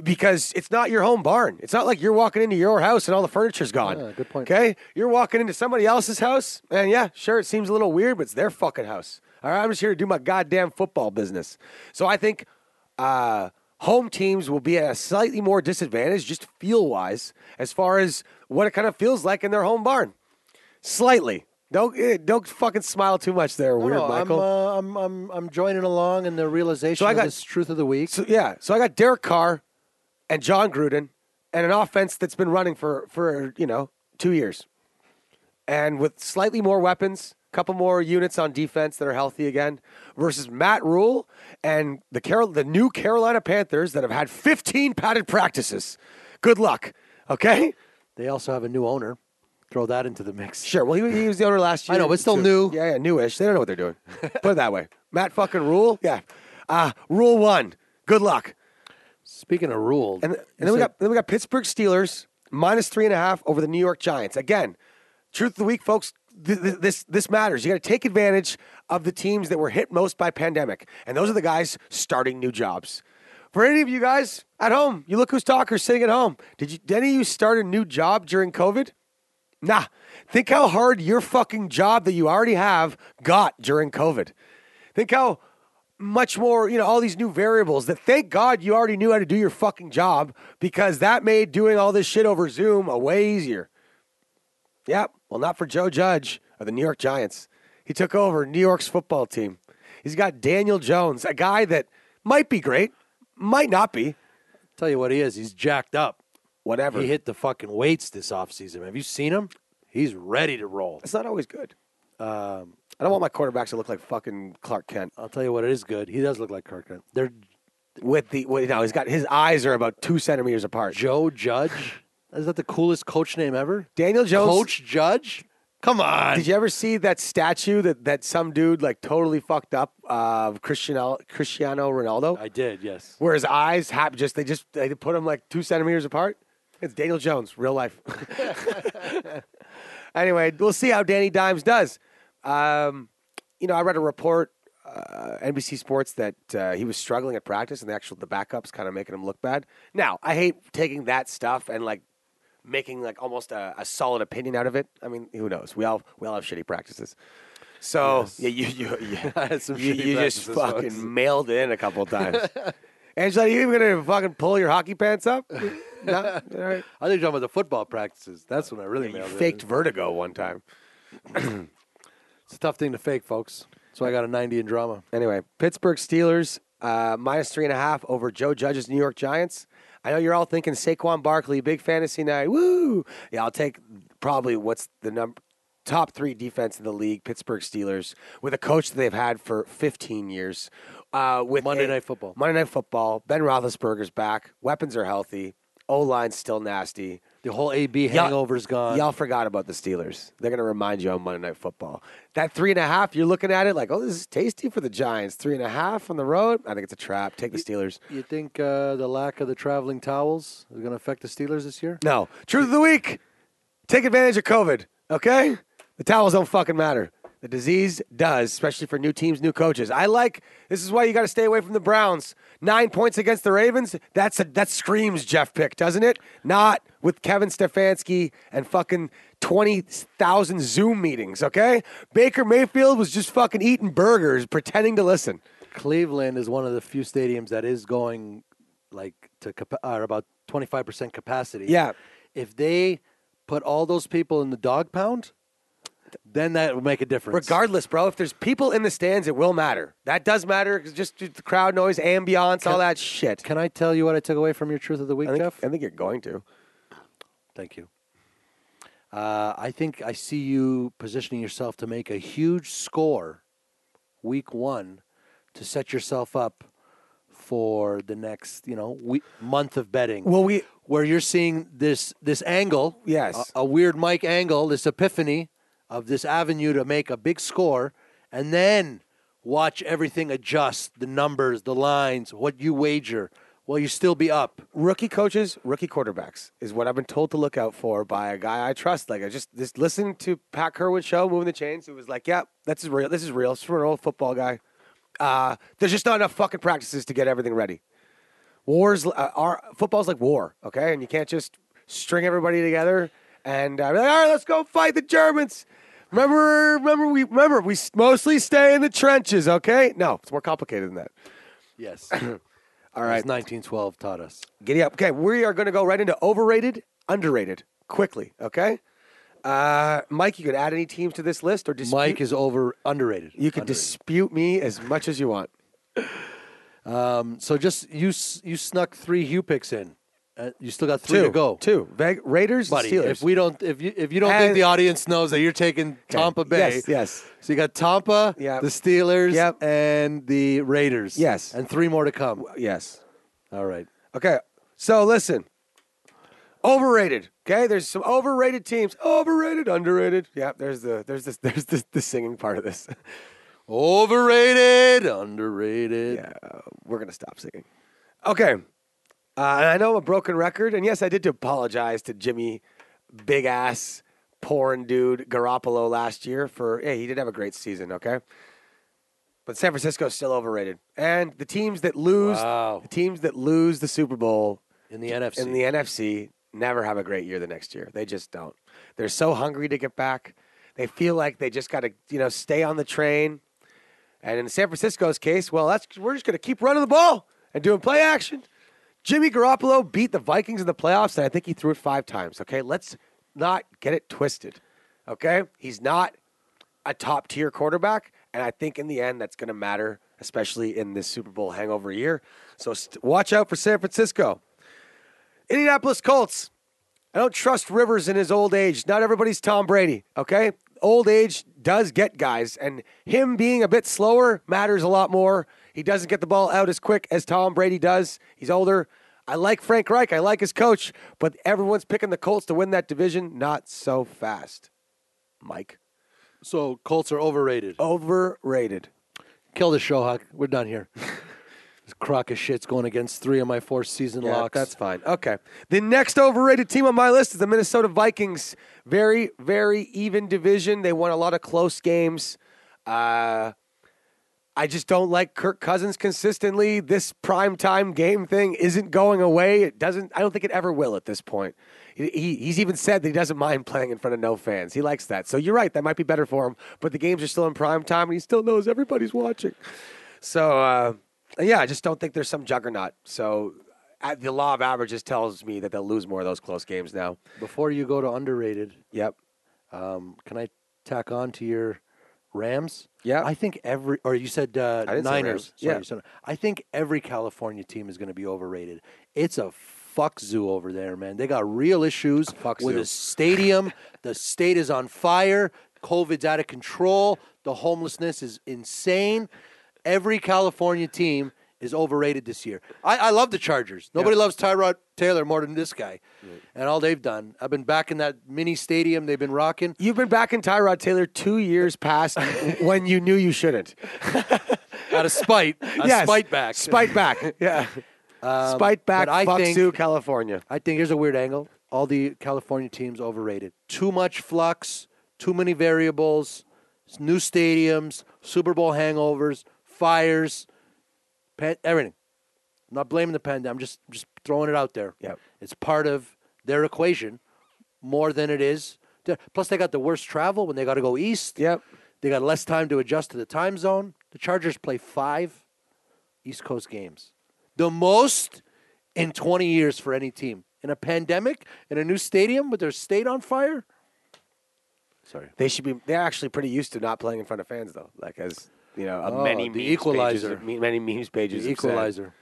Speaker 1: Because it's not your home barn. It's not like you're walking into your house and all the furniture's gone.
Speaker 3: Yeah, Ah, good point.
Speaker 1: Okay? You're walking into somebody else's house and yeah, sure it seems a little weird, but it's their fucking house. All right, I'm just here to do my goddamn football business. So I think uh, home teams will be at a slightly more disadvantage, just feel wise, as far as what it kind of feels like in their home barn. Slightly. Don't eh, don't fucking smile too much there, weird
Speaker 3: No, no,
Speaker 1: Michael.
Speaker 3: I'm, uh, I'm, I'm, I'm joining along in the realization
Speaker 1: So I
Speaker 3: of
Speaker 1: got-
Speaker 3: this truth of the week.
Speaker 1: so yeah, so I got Derek Carr and John Gruden and an offense that's been running for for you know two years, and with slightly more weapons, couple more units on defense that are healthy again, versus Matt Rule and the Carol the new Carolina Panthers that have had 15 padded practices. Good luck. Okay,
Speaker 3: They also have a new owner. Throw that into the mix.
Speaker 1: sure. Well, he, he was the owner last year.
Speaker 3: I know, but still
Speaker 1: too.
Speaker 3: new.
Speaker 1: Yeah, yeah, newish. They don't know what they're doing. Put it that way. Matt fucking Rule. Yeah. Uh, rule one. Good luck.
Speaker 3: Speaking of rule,
Speaker 1: And,
Speaker 3: you
Speaker 1: and then we
Speaker 3: said-
Speaker 1: got then we got Pittsburgh Steelers minus three and a half over the New York Giants. Again, truth of the week, folks. Th- th- this this matters. You got to take advantage of the teams that were hit most by pandemic, and those are the guys starting new jobs. For any of you guys at home, you look who's talker sitting at home. Did you? Did any of you start a new job during COVID? Nah. Think how hard your fucking job that you already have got during COVID. Think how much more, you know, all these new variables that thank God you already knew how to do your fucking job because that made doing all this shit over Zoom a way easier. Yep. Well, not for Joe Judge of the New York Giants. He took over New York's football team. He's got Daniel Jones, a guy that might be great, might not be,
Speaker 3: tell you what he is. He's jacked up.
Speaker 1: whatever.
Speaker 3: He hit the fucking weights this offseason. Have you seen him? He's ready to roll.
Speaker 1: It's not always good.
Speaker 3: Um,
Speaker 1: I don't want my quarterbacks to look like fucking Clark Kent.
Speaker 3: I'll tell you what, it is good. He does look like Kirk. Cousins. They're
Speaker 1: With the, well, no, he's got his eyes are about two centimeters apart.
Speaker 3: Joe Judge. Is that the coolest coach name ever?
Speaker 1: Daniel Jones.
Speaker 3: Coach Judge? Come on.
Speaker 1: Did you ever see that statue that, that some dude like totally fucked up of Cristiano Cristiano Ronaldo,
Speaker 3: I did, yes.
Speaker 1: where his eyes hap just they just they put him like two centimeters apart? It's Daniel Jones, real life. anyway, we'll see how Danny Dimes does. Um, you know, I read a report, uh, NBC Sports, that uh, he was struggling at practice, and the actual the backups kind of making him look bad. Now, I hate taking that stuff and like making like almost a, a solid opinion out of it. I mean, who knows? We all we all have shitty practices. So yeah, you you you,
Speaker 3: I had some
Speaker 1: you,
Speaker 3: shitty
Speaker 1: you just
Speaker 3: practices,
Speaker 1: fucking
Speaker 3: folks.
Speaker 1: mailed in a couple times. Angela, you even gonna fucking pull your hockey pants up? no, all right.
Speaker 3: I think you're talking about the football practices. That's when I really
Speaker 1: You
Speaker 3: nailed it.
Speaker 1: faked vertigo one time.
Speaker 3: It's a tough thing to fake, folks. So I got a 90 in drama.
Speaker 1: Anyway, Pittsburgh Steelers uh, minus three and a half over Joe Judge's New York Giants. I know you're all thinking Saquon Barkley, big fantasy night. Woo! Yeah, I'll take probably what's the number top three defense in the league, Pittsburgh Steelers, with a coach that they've had for 15 years. Uh, with
Speaker 3: Monday
Speaker 1: a-
Speaker 3: Night Football.
Speaker 1: Monday Night Football. Ben Roethlisberger's back. Weapons are healthy. O line's still nasty.
Speaker 3: The whole AB
Speaker 1: Y'all-
Speaker 3: hangover's gone.
Speaker 1: Y'all forgot about the Steelers. They're going to remind you on Monday Night Football. That three and a half, you're looking at it like, oh, this is tasty for the Giants. Three and a half on the road. I think it's a trap. Take the Steelers.
Speaker 3: You think uh, the lack of the traveling towels is going to affect the Steelers this year?
Speaker 1: No. Truth of the week. Take advantage of COVID, okay? The towels don't fucking matter. The disease does, especially for new teams, new coaches. I like this is why you got to stay away from the Browns. 9 points against the Ravens. That's a, that screams Jeff pick, doesn't it? Not with Kevin Stefanski and fucking 20,000 Zoom meetings, okay? Baker Mayfield was just fucking eating burgers pretending to listen.
Speaker 3: Cleveland is one of the few stadiums that is going like to capa- or about 25% capacity.
Speaker 1: Yeah.
Speaker 3: If they put all those people in the dog pound, Then that will make a difference.
Speaker 1: Regardless, bro, if there's people in the stands, it will matter. That does matter. 'cause Just the crowd noise, ambiance, all that shit.
Speaker 3: Can I tell you what I took away from your truth of the week,
Speaker 1: I think,
Speaker 3: Jeff?
Speaker 1: I think you're going to.
Speaker 3: Thank you. Uh, I think I see you positioning yourself to make a huge score week one to set yourself up for the next, you know, week, month of betting.
Speaker 1: Well, we-
Speaker 3: where you're seeing this this angle,
Speaker 1: Yes.
Speaker 3: a, a weird Mike angle, this epiphany of this avenue to make a big score, and then watch everything adjust the numbers, the lines, what you wager. Will you still be up?
Speaker 1: Rookie coaches, rookie quarterbacks is what I've been told to look out for by a guy I trust. Like I just just listened to Pat Kerwood's show, moving the chains. It was like, yeah, that's real. This is real. It's from an old football guy. Uh, there's just not enough fucking practices to get everything ready. Wars uh, are football's like war, okay? And you can't just string everybody together and uh, be like, all right, let's go fight the Germans. Remember, remember, we remember we s- mostly stay in the trenches, okay? No, it's more complicated than that.
Speaker 3: Yes. All
Speaker 1: right.
Speaker 3: 1912 taught us.
Speaker 1: Giddy up. Okay, we are going to go right into overrated, underrated quickly. Okay, uh, Mike, you could add any teams to this list or dispute.
Speaker 3: Mike is over underrated.
Speaker 1: you can
Speaker 3: Underrated.
Speaker 1: dispute me as much as you want.
Speaker 3: so just you s- you snuck three Hugh picks in. Uh, you still got three
Speaker 1: two
Speaker 3: to go,
Speaker 1: Two Vag- Raiders,
Speaker 3: buddy.
Speaker 1: Steelers.
Speaker 3: If we don't, if you if you don't think
Speaker 1: And-
Speaker 3: the audience knows that you're taking Tampa Bay,
Speaker 1: Yes, yes.
Speaker 3: So you got Tampa,
Speaker 1: Yep.
Speaker 3: the Steelers,
Speaker 1: Yep.
Speaker 3: and the Raiders,
Speaker 1: Yes.
Speaker 3: and three more to come.
Speaker 1: yes.
Speaker 3: All right,
Speaker 1: Okay, so listen. Overrated. Okay, there's some overrated teams. Overrated, underrated. Yeah, there's the there's this there's this the singing part of this.
Speaker 3: overrated, underrated.
Speaker 1: Yeah, we're gonna stop singing. Okay, uh, and I know I'm a broken record, and yes, I did to apologize to Jimmy, big ass porn dude Garoppolo last year for hey, he did have a great season, okay. But San Francisco's still overrated, and the teams that lose,
Speaker 3: Wow.
Speaker 1: the teams that lose the Super Bowl
Speaker 3: In the NFC,
Speaker 1: in the NFC never have a great year the next year. They just don't. They're so hungry to get back. They feel like they just got to, you know, stay on the train. And in San Francisco's case, well, that's we're just going to keep running the ball and doing play action. Jimmy Garoppolo beat the Vikings in the playoffs, and I think he threw it five times. Okay, let's not get it twisted. Okay, he's not a top tier quarterback, and I think in the end that's going to matter, especially in this Super Bowl hangover year. So st- watch out for San Francisco. Indianapolis Colts. I don't trust Rivers in his old age. Not everybody's Tom Brady, okay? Old age does get guys, and him being a bit slower matters a lot more. He doesn't get the ball out as quick as Tom Brady does. He's older. I like Frank Reich. I like his coach, but everyone's picking the Colts to win that division. Not so fast. Mike.
Speaker 3: so Colts are overrated.
Speaker 1: Overrated.
Speaker 3: Kill the show, Huck. We're done here. this crock of shit's going against three of my four season
Speaker 1: Yeah,
Speaker 3: locks.
Speaker 1: That's fine. Okay. The next overrated team on my list is the Minnesota Vikings. Very, very even division. They won a lot of close games. Uh, I just don't like Kirk Cousins consistently. This primetime game thing isn't going away. It doesn't. I don't think it ever will at this point. He, he- he's even said that he doesn't mind playing in front of no fans. He likes that. So you're right. That might be better for him. But the games are still in prime time, and he still knows everybody's watching. So uh, yeah, I just don't think there's some juggernaut. So uh, the law of averages tells me that they'll lose more of those close games now.
Speaker 3: Before you go to underrated,
Speaker 1: Yep.
Speaker 3: Um, can I tack on to your Rams?
Speaker 1: Yeah.
Speaker 3: I think every, or you said uh,
Speaker 1: I didn't say
Speaker 3: Niners.
Speaker 1: Rams. Yeah.
Speaker 3: you said- I think every California team is going to be overrated. It's a fuck zoo over there, man. They got real issues
Speaker 1: fuck
Speaker 3: with
Speaker 1: zoo.
Speaker 3: a stadium. the state is on fire. COVID's out of control. The homelessness is insane. Every California team is overrated this year. I, I love the Chargers. Nobody loves Tyrod Taylor more than this guy. And all they've done, I've been back in that mini stadium they've been rocking.
Speaker 1: You've been back in Tyrod Taylor two years past when you knew you shouldn't.
Speaker 3: out of spite. Out
Speaker 1: Yes.
Speaker 3: of spite back. Um,
Speaker 1: Spite back. yeah. spite back.
Speaker 3: but I
Speaker 1: fuck
Speaker 3: think-
Speaker 1: Sioux, California.
Speaker 3: I think here's a weird angle. All the California teams overrated. Too much flux, too many variables, s- new stadiums, Super Bowl hangovers, fires, pan- everything. I'm not blaming the pandemic. I'm just just throwing it out there.
Speaker 1: Yep.
Speaker 3: It's part of their equation more than it is. th- Plus, they got the worst travel when they got to go east.
Speaker 1: Yep.
Speaker 3: They got less time to adjust to the time zone. The Chargers play five East Coast games, the most in 20 years for any team. In a pandemic, in a new stadium with their state on fire, Sorry.
Speaker 1: They should be. They're actually pretty used to not playing in front of fans, though. Like as you know, uh,
Speaker 3: Oh,
Speaker 1: many
Speaker 3: the
Speaker 1: memes
Speaker 3: equalizer.
Speaker 1: pages, me- many memes pages.
Speaker 3: The
Speaker 1: have said.
Speaker 3: equalizer.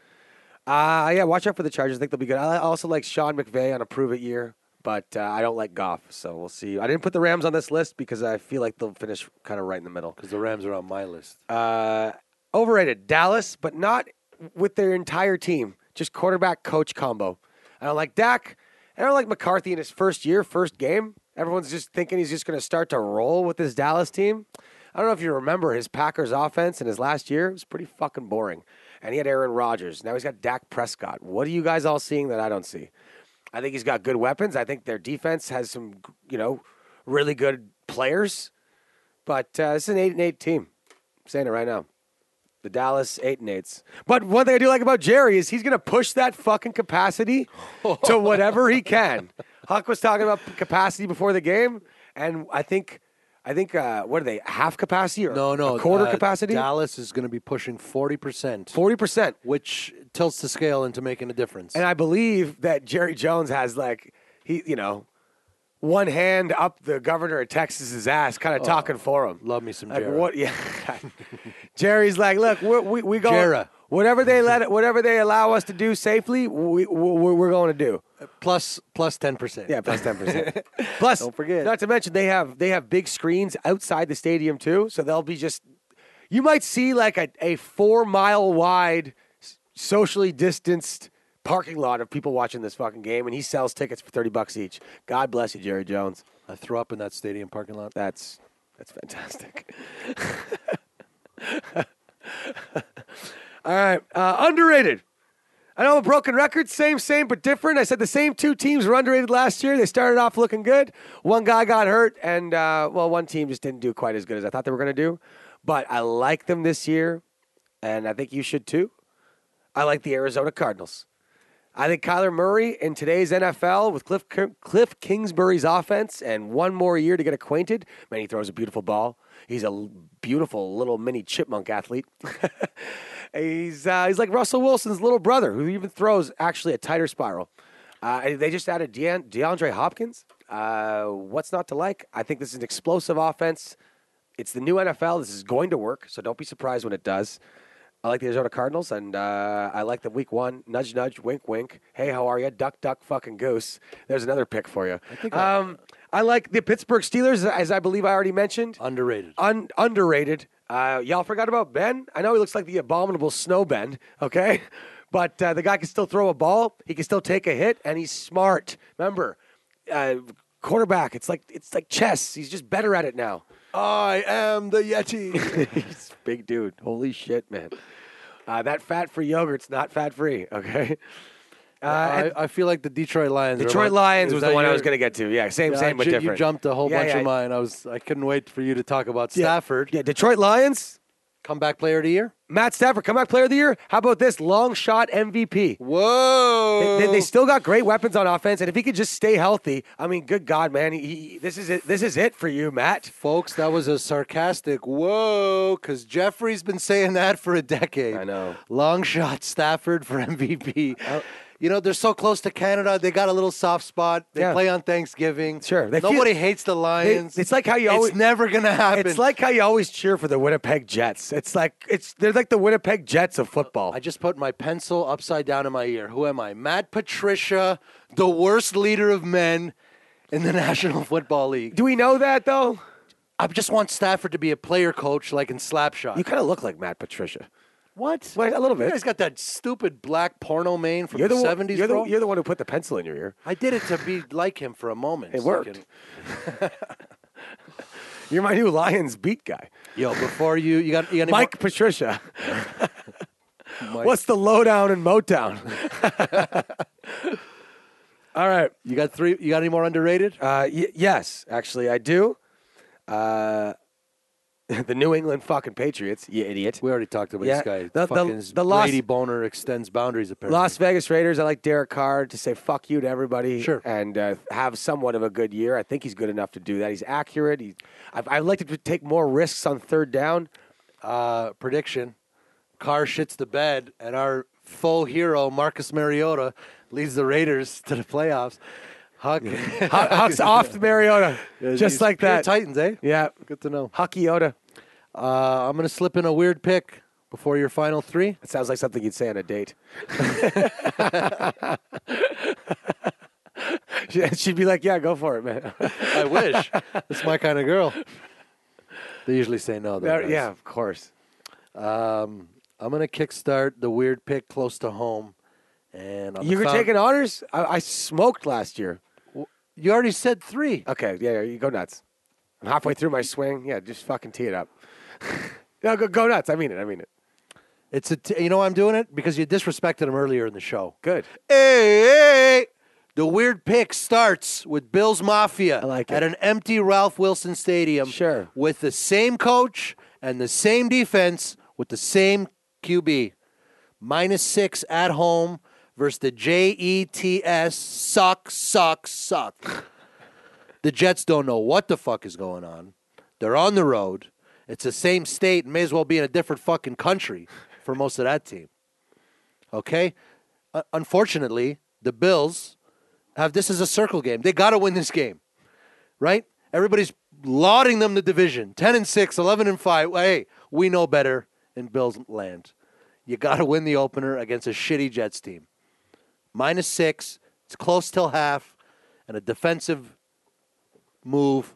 Speaker 1: Uh, yeah, watch out for the Chargers. I think they'll be good. I also like Sean McVay on a prove it year, but uh, I don't like Goff, so we'll see. I didn't put the Rams on this list because I feel like they'll finish kind of right in the middle.
Speaker 3: Because the Rams are on my list.
Speaker 1: Uh, overrated Dallas, but not with their entire team. Just quarterback coach combo. I don't like Dak. I don't like McCarthy in his first year, first game. Everyone's just thinking he's just going to start to roll with this Dallas team. I don't know if you remember his Packers offense in his last year. It was pretty fucking boring. And he had Aaron Rodgers. Now he's got Dak Prescott. What are you guys all seeing that I don't see? I think he's got good weapons. I think their defense has some, you know, really good players. But uh, this is an eight and eight team. I'm saying it right now. The Dallas eight and eights. But one thing I do like about Jerry is he's going to push that fucking capacity to whatever he can. Huck was talking about capacity before the game, and I think, I think, uh, what are they? Half capacity or
Speaker 3: No, no.
Speaker 1: a quarter
Speaker 3: uh,
Speaker 1: capacity?
Speaker 3: Dallas is going to be pushing 40%,
Speaker 1: Forty percent.
Speaker 3: which tilts the scale into making a difference.
Speaker 1: And I believe that Jerry Jones has like he, you know, one hand up the governor of Texas's ass, kind
Speaker 3: Oh,
Speaker 1: of talking for him.
Speaker 3: Love me some
Speaker 1: Like
Speaker 3: Jerry.
Speaker 1: what? Yeah. Jerry's like, look, we're, we we go
Speaker 3: Jera.
Speaker 1: whatever they let whatever they allow us to do safely, we, we we're going to do.
Speaker 3: Plus, plus 10%.
Speaker 1: Yeah, plus ten percent. plus,
Speaker 3: Don't forget.
Speaker 1: Not to mention they have they have big screens outside the stadium too, so they'll be just. You might see like a, a four mile wide, s- socially distanced parking lot of people watching this fucking game, and he sells tickets for thirty bucks each. God bless you, Jerry Jones.
Speaker 3: I threw up in that stadium parking lot.
Speaker 1: That's that's fantastic. All right, uh, underrated. I know I'm a broken record, same, same, but different. I said the same two teams were underrated last year. They started off looking good. One guy got hurt, and uh, well, one team just didn't do quite as good as I thought they were going to do. But I like them this year, and I think you should too. I like the Arizona Cardinals. I think Kyler Murray in today's NFL with Cliff, Cliff Kingsbury's offense and one more year to get acquainted, man, he throws a beautiful ball. He's a l- beautiful little mini chipmunk athlete. he's, uh, he's like Russell Wilson's little brother who even throws actually a tighter spiral. Uh, and they just added Dean DeAndre Hopkins. Uh, what's not to like? I think this is an explosive offense. It's the new NFL. This is going to work, so don't be surprised when it does. I like the Arizona Cardinals, and uh, I like the week one. Nudge, nudge, wink, wink. Hey, how are you? Duck, duck, fucking goose. There's another pick for you. I, um, I like the Pittsburgh Steelers, as I believe I already mentioned.
Speaker 3: Underrated.
Speaker 1: Un- underrated. Uh, y'all forgot about Ben. I know he looks like the abominable snow Ben. Okay, but uh, the guy can still throw a ball. He can still take a hit, and he's smart. Remember, uh, quarterback. It's like it's like chess. He's just better at it now.
Speaker 3: I am the Yeti.
Speaker 1: He's a big dude. Holy shit, man. Uh, that fat free yogurt's not fat free, okay? Uh, and
Speaker 3: I, I feel like the Detroit Lions. are
Speaker 1: Detroit
Speaker 3: my-
Speaker 1: Lions
Speaker 3: is
Speaker 1: was the
Speaker 3: that
Speaker 1: one I
Speaker 3: your-
Speaker 1: was going to get to. Yeah, same,
Speaker 3: Yeah,
Speaker 1: same, but
Speaker 3: ju-
Speaker 1: different.
Speaker 3: You jumped a whole
Speaker 1: Yeah,
Speaker 3: bunch
Speaker 1: yeah.
Speaker 3: of mine. I was I couldn't wait for you to talk about
Speaker 1: Yeah.
Speaker 3: Stafford.
Speaker 1: Yeah, Detroit Lions,
Speaker 3: Comeback player of the year.
Speaker 1: Matt Stafford, comeback player of the year. How about this long shot MVP?
Speaker 3: Whoa!
Speaker 1: They, they, they still got great weapons on offense, and if he could just stay healthy, I mean, good God, man, he, he, this is it. This is it for you, Matt.
Speaker 3: Folks, that was a sarcastic whoa, because Jeffrey's been saying that for a decade.
Speaker 1: I know.
Speaker 3: Long shot Stafford for MVP. You know, they're so close to Canada. They got a little soft spot. They
Speaker 1: Yeah.
Speaker 3: play on Thanksgiving.
Speaker 1: Sure, they feel-
Speaker 3: Nobody hates the Lions.
Speaker 1: it's like how you always-
Speaker 3: It's never going to happen.
Speaker 1: It's like how you always cheer for the Winnipeg Jets. It's like it's they're like the Winnipeg Jets of football.
Speaker 3: I just put my pencil upside down in my ear. Who am I? Matt Patricia, the worst leader of men in the National Football League.
Speaker 1: Do we know that though?
Speaker 3: I just want Stafford to be a player coach like in Slapshot.
Speaker 1: You kind of look like Matt Patricia.
Speaker 3: what?
Speaker 1: Wait, a little bit.
Speaker 3: You guys got that stupid black porno mane from
Speaker 1: You're the,
Speaker 3: the
Speaker 1: one,
Speaker 3: 70s,
Speaker 1: you're, the,
Speaker 3: bro?
Speaker 1: you're the one who put the pencil in your ear.
Speaker 3: I did it to be like him for a moment.
Speaker 1: It
Speaker 3: so I
Speaker 1: worked.
Speaker 3: can-
Speaker 1: You're my new Lions beat guy.
Speaker 3: Yo, before you, you got, you got any
Speaker 1: Mike Patricia.
Speaker 3: more-
Speaker 1: What's the lowdown in Motown? All right.
Speaker 3: You got three? You got any more underrated?
Speaker 1: Uh, y- yes, actually, I do. Uh, the New England fucking Patriots, you idiot.
Speaker 3: We already talked about
Speaker 1: yeah,
Speaker 3: this guy.
Speaker 1: the- the-
Speaker 3: Fucking
Speaker 1: the loss-
Speaker 3: Brady Boner extends boundaries apparently.
Speaker 1: Las Vegas Raiders. I like Derek Carr to say fuck you to everybody
Speaker 3: Sure.
Speaker 1: and uh, have somewhat of a good year. I think he's good enough to do that. He's accurate. He's, I, I like to take more risks on third down.
Speaker 3: uh, prediction. Carr shits the bed, and our faux hero Marcus Mariota leads the Raiders to the playoffs. Huck.
Speaker 1: Huck- Huck's off to Mariota,
Speaker 3: Yeah,
Speaker 1: just
Speaker 3: these
Speaker 1: like
Speaker 3: pure
Speaker 1: that.
Speaker 3: Titans, eh?
Speaker 1: Yeah,
Speaker 3: Good to know.
Speaker 1: Huckiota.
Speaker 3: Uh, I'm gonna slip in a weird pick before your final three.
Speaker 1: That sounds like something you'd say on a date. She- She'd be like, "Yeah, go for it, man."
Speaker 3: I wish. That's my kind of girl. They usually say no. Though, guys.
Speaker 1: yeah, of course.
Speaker 3: I'm gonna kickstart the weird pick close to home, and on the
Speaker 1: You were
Speaker 3: found-
Speaker 1: taking honors. I, I smoked last year.
Speaker 3: You already said three.
Speaker 1: Okay, yeah, yeah, you go nuts. I'm halfway through my swing. Yeah, just fucking tee it up. no, go, go nuts. I mean it. I mean it.
Speaker 3: It's a. T- you know why I'm doing it because you disrespected him earlier in the show.
Speaker 1: Good.
Speaker 3: Hey, hey. The weird pick starts with Bills Mafia
Speaker 1: I like
Speaker 3: at
Speaker 1: it.
Speaker 3: an empty Ralph Wilson Stadium.
Speaker 1: Sure.
Speaker 3: With the same coach and the same defense with the same QB. Minus six at home versus the J E T S. Suck, suck, suck. the Jets don't know what the fuck is going on. They're on the road. It's the same state and may as well be in a different fucking country for most of that team. Okay? Uh, unfortunately, the Bills have this is a circle game. They got to win this game, right? Everybody's lauding them the division 10 and 6, 11 and 5. Well, Hey, we know better in Bills land. You got to win the opener against a shitty Jets team. Minus six, it's close till half, and a defensive move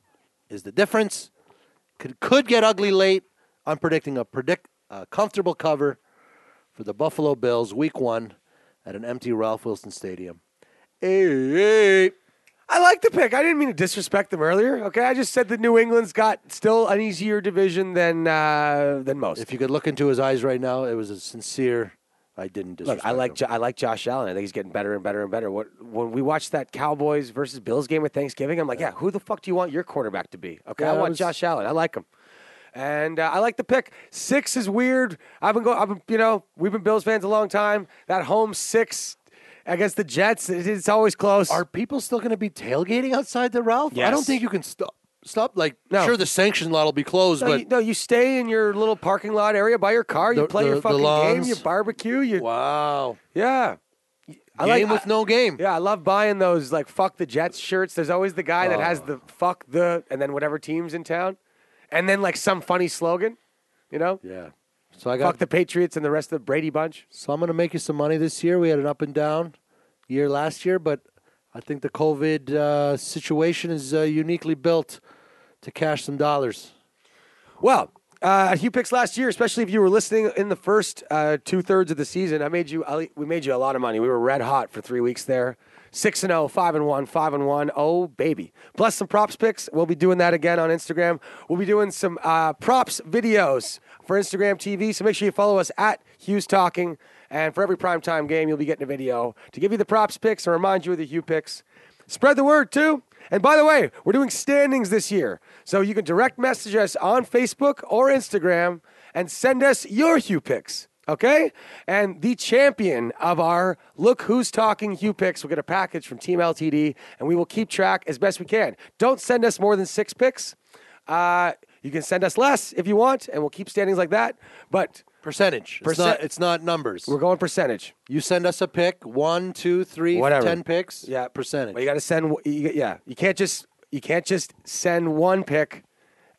Speaker 3: is the difference. Could, could get ugly late. I'm predicting a predict a comfortable cover for the Buffalo Bills, Week One, at an empty Ralph Wilson Stadium. Hey, hey.
Speaker 1: I like the pick. I didn't mean to disrespect them earlier. Okay, I just said that New England's got still an easier division than uh, than most.
Speaker 3: If you could look into his eyes right now, it was a sincere. I didn't
Speaker 1: Look,
Speaker 3: disrespect.
Speaker 1: I like
Speaker 3: him.
Speaker 1: jo- I like Josh Allen. I think he's getting better and better and better. What when we watched that Cowboys versus Bills game at Thanksgiving, I'm like, yeah, who the fuck do you want your quarterback to be? Okay,
Speaker 3: Yeah,
Speaker 1: I
Speaker 3: that
Speaker 1: want
Speaker 3: was-
Speaker 1: Josh Allen. I like him, and uh, I like the pick. Six is weird. I've been going. I've been, you know, we've been Bills fans a long time. That home six against the Jets, it- it's always close.
Speaker 3: Are people still going to be tailgating outside the Ralph? I don't
Speaker 1: Yes.
Speaker 3: think you can stop. Stop. Like,
Speaker 1: No.
Speaker 3: sure, the sanction lot will be closed,
Speaker 1: no,
Speaker 3: but
Speaker 1: you, no, you stay in your little parking lot area by your car. You
Speaker 3: The-
Speaker 1: play
Speaker 3: the-
Speaker 1: your
Speaker 3: the
Speaker 1: fucking game.
Speaker 3: lawns.
Speaker 1: You barbecue. You
Speaker 3: wow,
Speaker 1: yeah. I
Speaker 3: game
Speaker 1: like-
Speaker 3: with no game.
Speaker 1: Yeah, I love buying those like fuck the Jets shirts. There's always the guy that has the fuck the and then whatever teams in town. And then like some funny slogan, you know?
Speaker 3: Yeah. So I
Speaker 1: Fuck
Speaker 3: got.
Speaker 1: the Patriots and the rest of the Brady bunch.
Speaker 3: so I'm going to make you some money this year. We had an up and down year last year, but I think the COVID uh, situation is uh, uniquely built to cash some dollars.
Speaker 1: Well, uh, Hugh picks last year, especially if you were listening in the first uh, two thirds of the season. I made you, I, we made you a lot of money. We were red hot for three weeks there. Six and oh, five and one, five and one. Oh baby! Plus some props picks. We'll be doing that again on Instagram. We'll be doing some uh, props videos for Instagram TV. So make sure you follow us at Hughes Talking. And for every primetime game, you'll be getting a video to give you the props picks and remind you of the Hugh picks. Spread the word too. And by the way, we're doing standings this year. So you can direct message us on Facebook or Instagram and send us your Hugh picks. Okay? And the champion of our Look Who's Talking Hugh picks will get a package from Team LTD and we will keep track as best we can. Don't send us more than six picks. Uh, you can send us less if you want, and we'll keep standings like that. But
Speaker 3: Percentage. It's,
Speaker 1: Percent-
Speaker 3: not, it's not numbers.
Speaker 1: we're going percentage.
Speaker 3: You send us a pick, one, two, three,
Speaker 1: Whatever.
Speaker 3: ten picks.
Speaker 1: Yeah,
Speaker 3: percentage.
Speaker 1: Well, you got to send. You, yeah, you can't just you can't just send one pick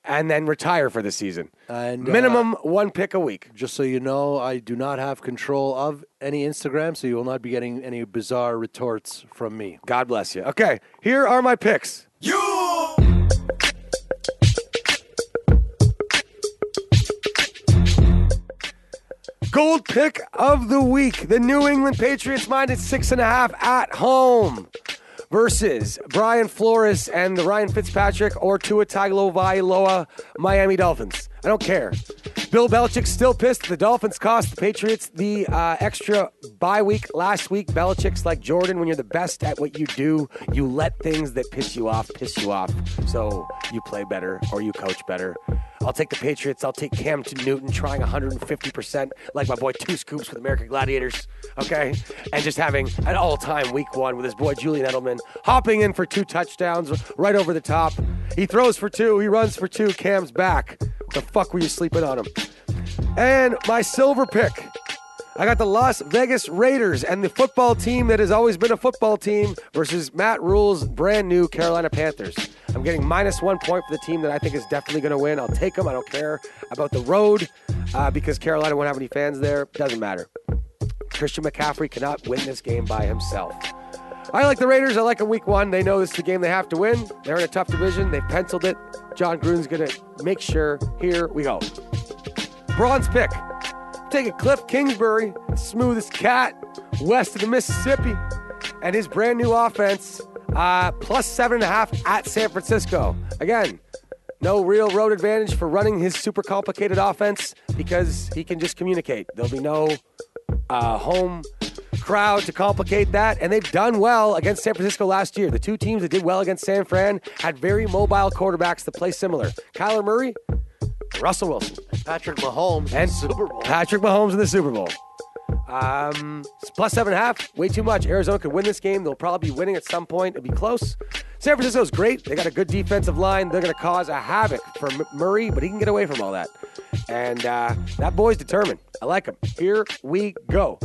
Speaker 1: and then retire for the season.
Speaker 3: And, uh,
Speaker 1: minimum one pick a week.
Speaker 3: Just so you know, I do not have control of any Instagram, so you will not be getting any bizarre retorts from me.
Speaker 1: God bless you. Okay, here are my picks. Gold pick of the week. The New England Patriots minus six and a half at home versus Brian Flores and the Ryan Fitzpatrick or Tua Tagovailoa Miami Dolphins. I don't care. Bill Belichick's still pissed. The Dolphins cost the Patriots the uh, extra bye week last week. Belichick's like Jordan. When you're the best at what you do, you let things that piss you off piss you off. So you play better or you coach better. I'll take the Patriots. I'll take Cam Newton trying 150%, like my boy Two Scoops with American Gladiators, okay? And just having an all time week one with his boy Julian Edelman hopping in for two touchdowns right over the top. He throws for two, he runs for two. Cam's back. The fuck were you sleeping on him? And my silver pick I got the Las Vegas Raiders and the football team that has always been a football team versus Matt Rule's brand new Carolina Panthers. I'm getting minus one point for the team that I think is definitely going to win. I'll take them. I don't care about the road uh, because Carolina won't have any fans there. Doesn't matter. Christian McCaffrey cannot win this game by himself. I like the Raiders. I like them week one. They know this is the game they have to win. They're in a tough division. They've penciled it. John Gruden's going to make sure. Here we go. Bronze pick. Taking Cliff Kingsbury, smoothest cat west of the Mississippi, and his brand new offense, uh, plus seven and a half at San Francisco. Again, no real road advantage for running his super complicated offense because he can just communicate. There'll be no uh, home crowd to complicate that. And they've done well against San Francisco last year. The two teams that did well against San Fran had very mobile quarterbacks that play similar. Kyler Murray, Russell Wilson,
Speaker 3: Patrick Mahomes
Speaker 1: and
Speaker 3: Super Bowl.
Speaker 1: Patrick Mahomes in the Super Bowl. Um, it's plus seven and a half, way too much. Arizona could win this game. They'll probably be winning at some point. It'll be close. San Francisco's great. They got a good defensive line. They're going to cause a havoc for M- Murray, but he can get away from all that. And uh, that boy's determined. I like him. Here we go.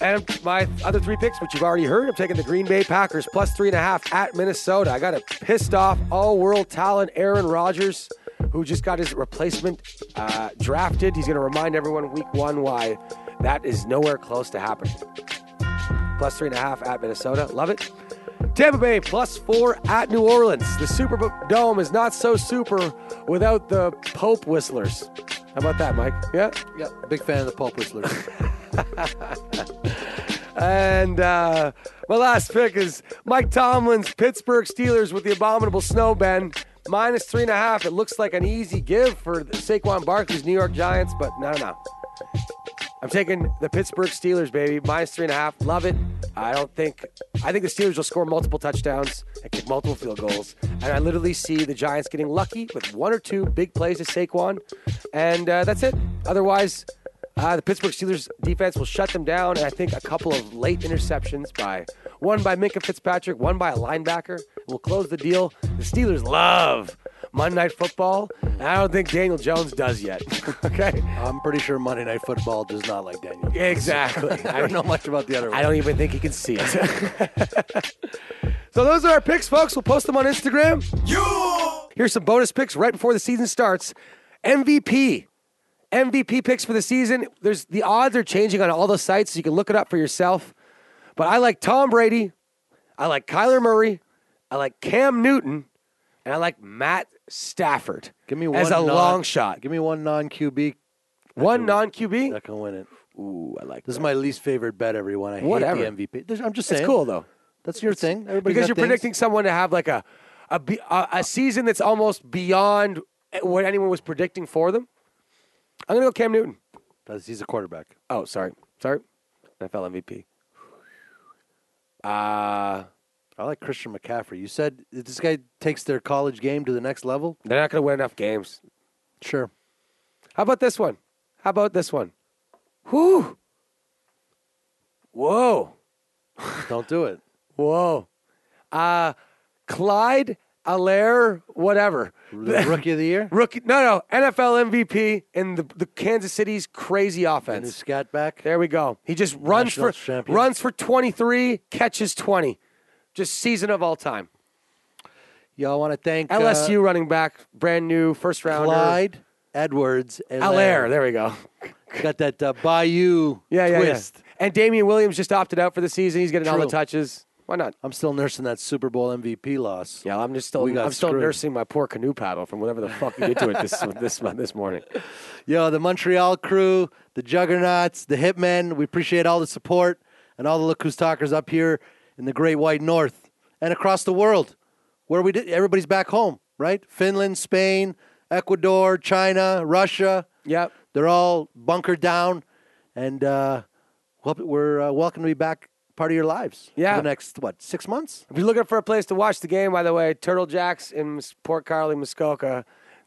Speaker 1: And my other three picks, which you've already heard, I'm taking the Green Bay Packers plus three and a half at Minnesota. I got a pissed off all world talent, Aaron Rodgers, who just got his replacement uh, drafted. He's going to remind everyone week one why that is nowhere close to happening. Plus three and a half at Minnesota. Love it. Tampa Bay plus four at New Orleans. The Super Bo- Dome is not so super without the Pope Whistlers. How about that, Mike? Yeah?
Speaker 3: Yep, big fan of the Pulp Whistlers.
Speaker 1: And uh, my last pick is Mike Tomlin's Pittsburgh Steelers with the abominable snow bend. Minus three and a half. It looks like an easy give for Saquon Barkley's New York Giants, but no, no, no. I'm taking the Pittsburgh Steelers, baby. Minus three and a half. Love it. I don't think. I think the Steelers will score multiple touchdowns and kick multiple field goals. And I literally see the Giants getting lucky with one or two big plays to Saquon, and uh, that's it. Otherwise, uh, the Pittsburgh Steelers defense will shut them down, and I think a couple of late interceptions by one by Minka Fitzpatrick, one by a linebacker will close the deal. The Steelers love Monday Night Football, and I don't think Daniel Jones does yet. okay,
Speaker 3: I'm pretty sure Monday Night Football does not like Daniel.
Speaker 1: exactly.
Speaker 3: I don't know much about the other one.
Speaker 1: I don't even think he can see it. so those are our picks, folks. We'll post them on Instagram. You. Here's some bonus picks right before the season starts. MVP. MVP picks for the season. There's the odds are changing on all the sites, so you can look it up for yourself. But I like Tom Brady. I like Kyler Murray. I like Cam Newton. And I like Matt Stafford.
Speaker 3: Give me one
Speaker 1: as a
Speaker 3: non-
Speaker 1: long shot.
Speaker 3: Give me one non QB
Speaker 1: One non QB.
Speaker 3: that can win it.
Speaker 1: Ooh, I like
Speaker 3: This is my least favorite bet, everyone. I
Speaker 1: Whatever.
Speaker 3: hate the MVP. There's- I'm just saying.
Speaker 1: It's cool though.
Speaker 3: That's your thing. Everybody's
Speaker 1: because
Speaker 3: got
Speaker 1: you're
Speaker 3: things.
Speaker 1: predicting someone to have like a a, be- a a season that's almost beyond what anyone was predicting for them. I'm gonna go Cam Newton.
Speaker 3: Because He's a quarterback.
Speaker 1: Oh, sorry, sorry, NFL MVP. Uh
Speaker 3: I like Christian McCaffrey. You said that this guy takes their college game to the next level.
Speaker 1: they're not gonna win enough games.
Speaker 3: Sure.
Speaker 1: How about this one? How about this one? Whew. Whoa.
Speaker 3: Don't do it.
Speaker 1: Whoa. Uh Clyde Allaire, whatever.
Speaker 3: The rookie of the year.
Speaker 1: Rookie, no, no, NFL MVP in the, the Kansas City's crazy
Speaker 3: And his
Speaker 1: offense.
Speaker 3: scat back.
Speaker 1: There we go. He just runs for
Speaker 3: National champion.
Speaker 1: runs for 23, catches 20. Just season of all time.
Speaker 3: Y'all want to thank uh,
Speaker 1: LSU running back, brand new first rounder.
Speaker 3: Clyde Edwards.
Speaker 1: Allaire. There we go.
Speaker 3: Got that uh, Bayou
Speaker 1: Yeah, yeah, yeah.
Speaker 3: twist.
Speaker 1: And Damian Williams just opted out for the season. He's getting all the
Speaker 3: True.
Speaker 1: touches. Why not?
Speaker 3: I'm still nursing that Super Bowl MVP loss.
Speaker 1: Yeah, I'm just still
Speaker 3: We got
Speaker 1: I'm still
Speaker 3: screwed.
Speaker 1: nursing my poor canoe paddle from whatever the fuck you did to it this this mon- this morning.
Speaker 3: Yo, the Montreal crew, the Juggernauts, the Hitmen, we appreciate all the support and all the Look Who's Talkers up here in the Great White North and across the world where we did, everybody's back home, right? Finland, Spain, Ecuador, China, Russia.
Speaker 1: Yep.
Speaker 3: They're all bunkered down and uh, hope- we're uh, welcome to be back part of your lives
Speaker 1: Yeah.
Speaker 3: for the next, what, six months?
Speaker 1: If you're looking for a place to watch the game, by the way, Turtle Jacks in Mus- Port Carly, Muskoka,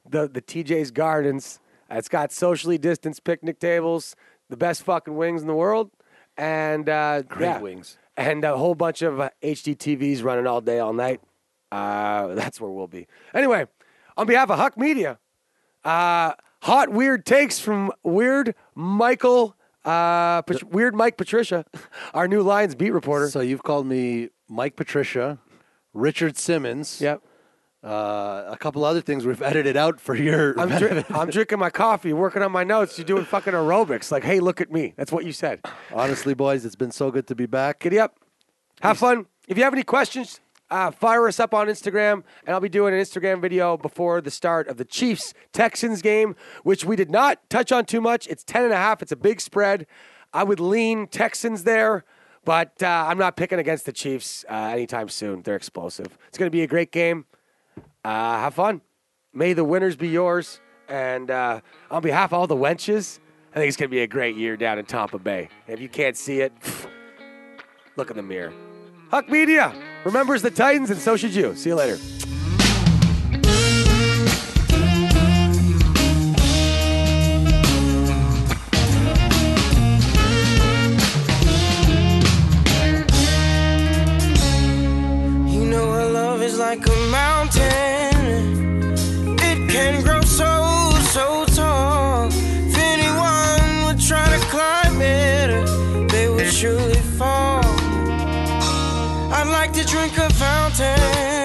Speaker 1: the, the TJ's Gardens. It's got socially distanced picnic tables, the best fucking wings in the world, and uh,
Speaker 3: Great
Speaker 1: yeah.
Speaker 3: wings.
Speaker 1: and a whole bunch of uh, HDTVs running all day, all night. Uh, that's where we'll be. Anyway, on behalf of Huck Media, uh, hot weird takes from weird Michael Uh, Pat- Weird Mike Patricia, our new Lions beat reporter.
Speaker 3: So you've called me Mike Patricia, Richard Simmons.
Speaker 1: yep.
Speaker 3: Uh, a couple other things we've edited out for your.
Speaker 1: I'm, dri- I'm drinking my coffee, working on my notes. You're doing fucking aerobics. Like, hey, look at me. That's what you said.
Speaker 3: Honestly, boys, it's been so good to be back.
Speaker 1: Giddy up. Have fun. If you have any questions, uh, fire us up on Instagram, and I'll be doing an Instagram video before the start of the Chiefs Texans game, which we did not touch on too much. It's 10 and a half, it's a big spread. I would lean Texans there, but uh, I'm not picking against the Chiefs uh, anytime soon. They're explosive. It's going to be a great game. Uh, have fun. May the winners be yours. And uh, on behalf of all the wenches, I think it's going to be a great year down in Tampa Bay. If you can't see it, look in the mirror. Huck Media remembers the Titans, and so should you. See you later.
Speaker 6: You know her love is like a mountain. It can grow so, so tall. If anyone would try to climb it, they would surely fall. I'd like to drink a fountain.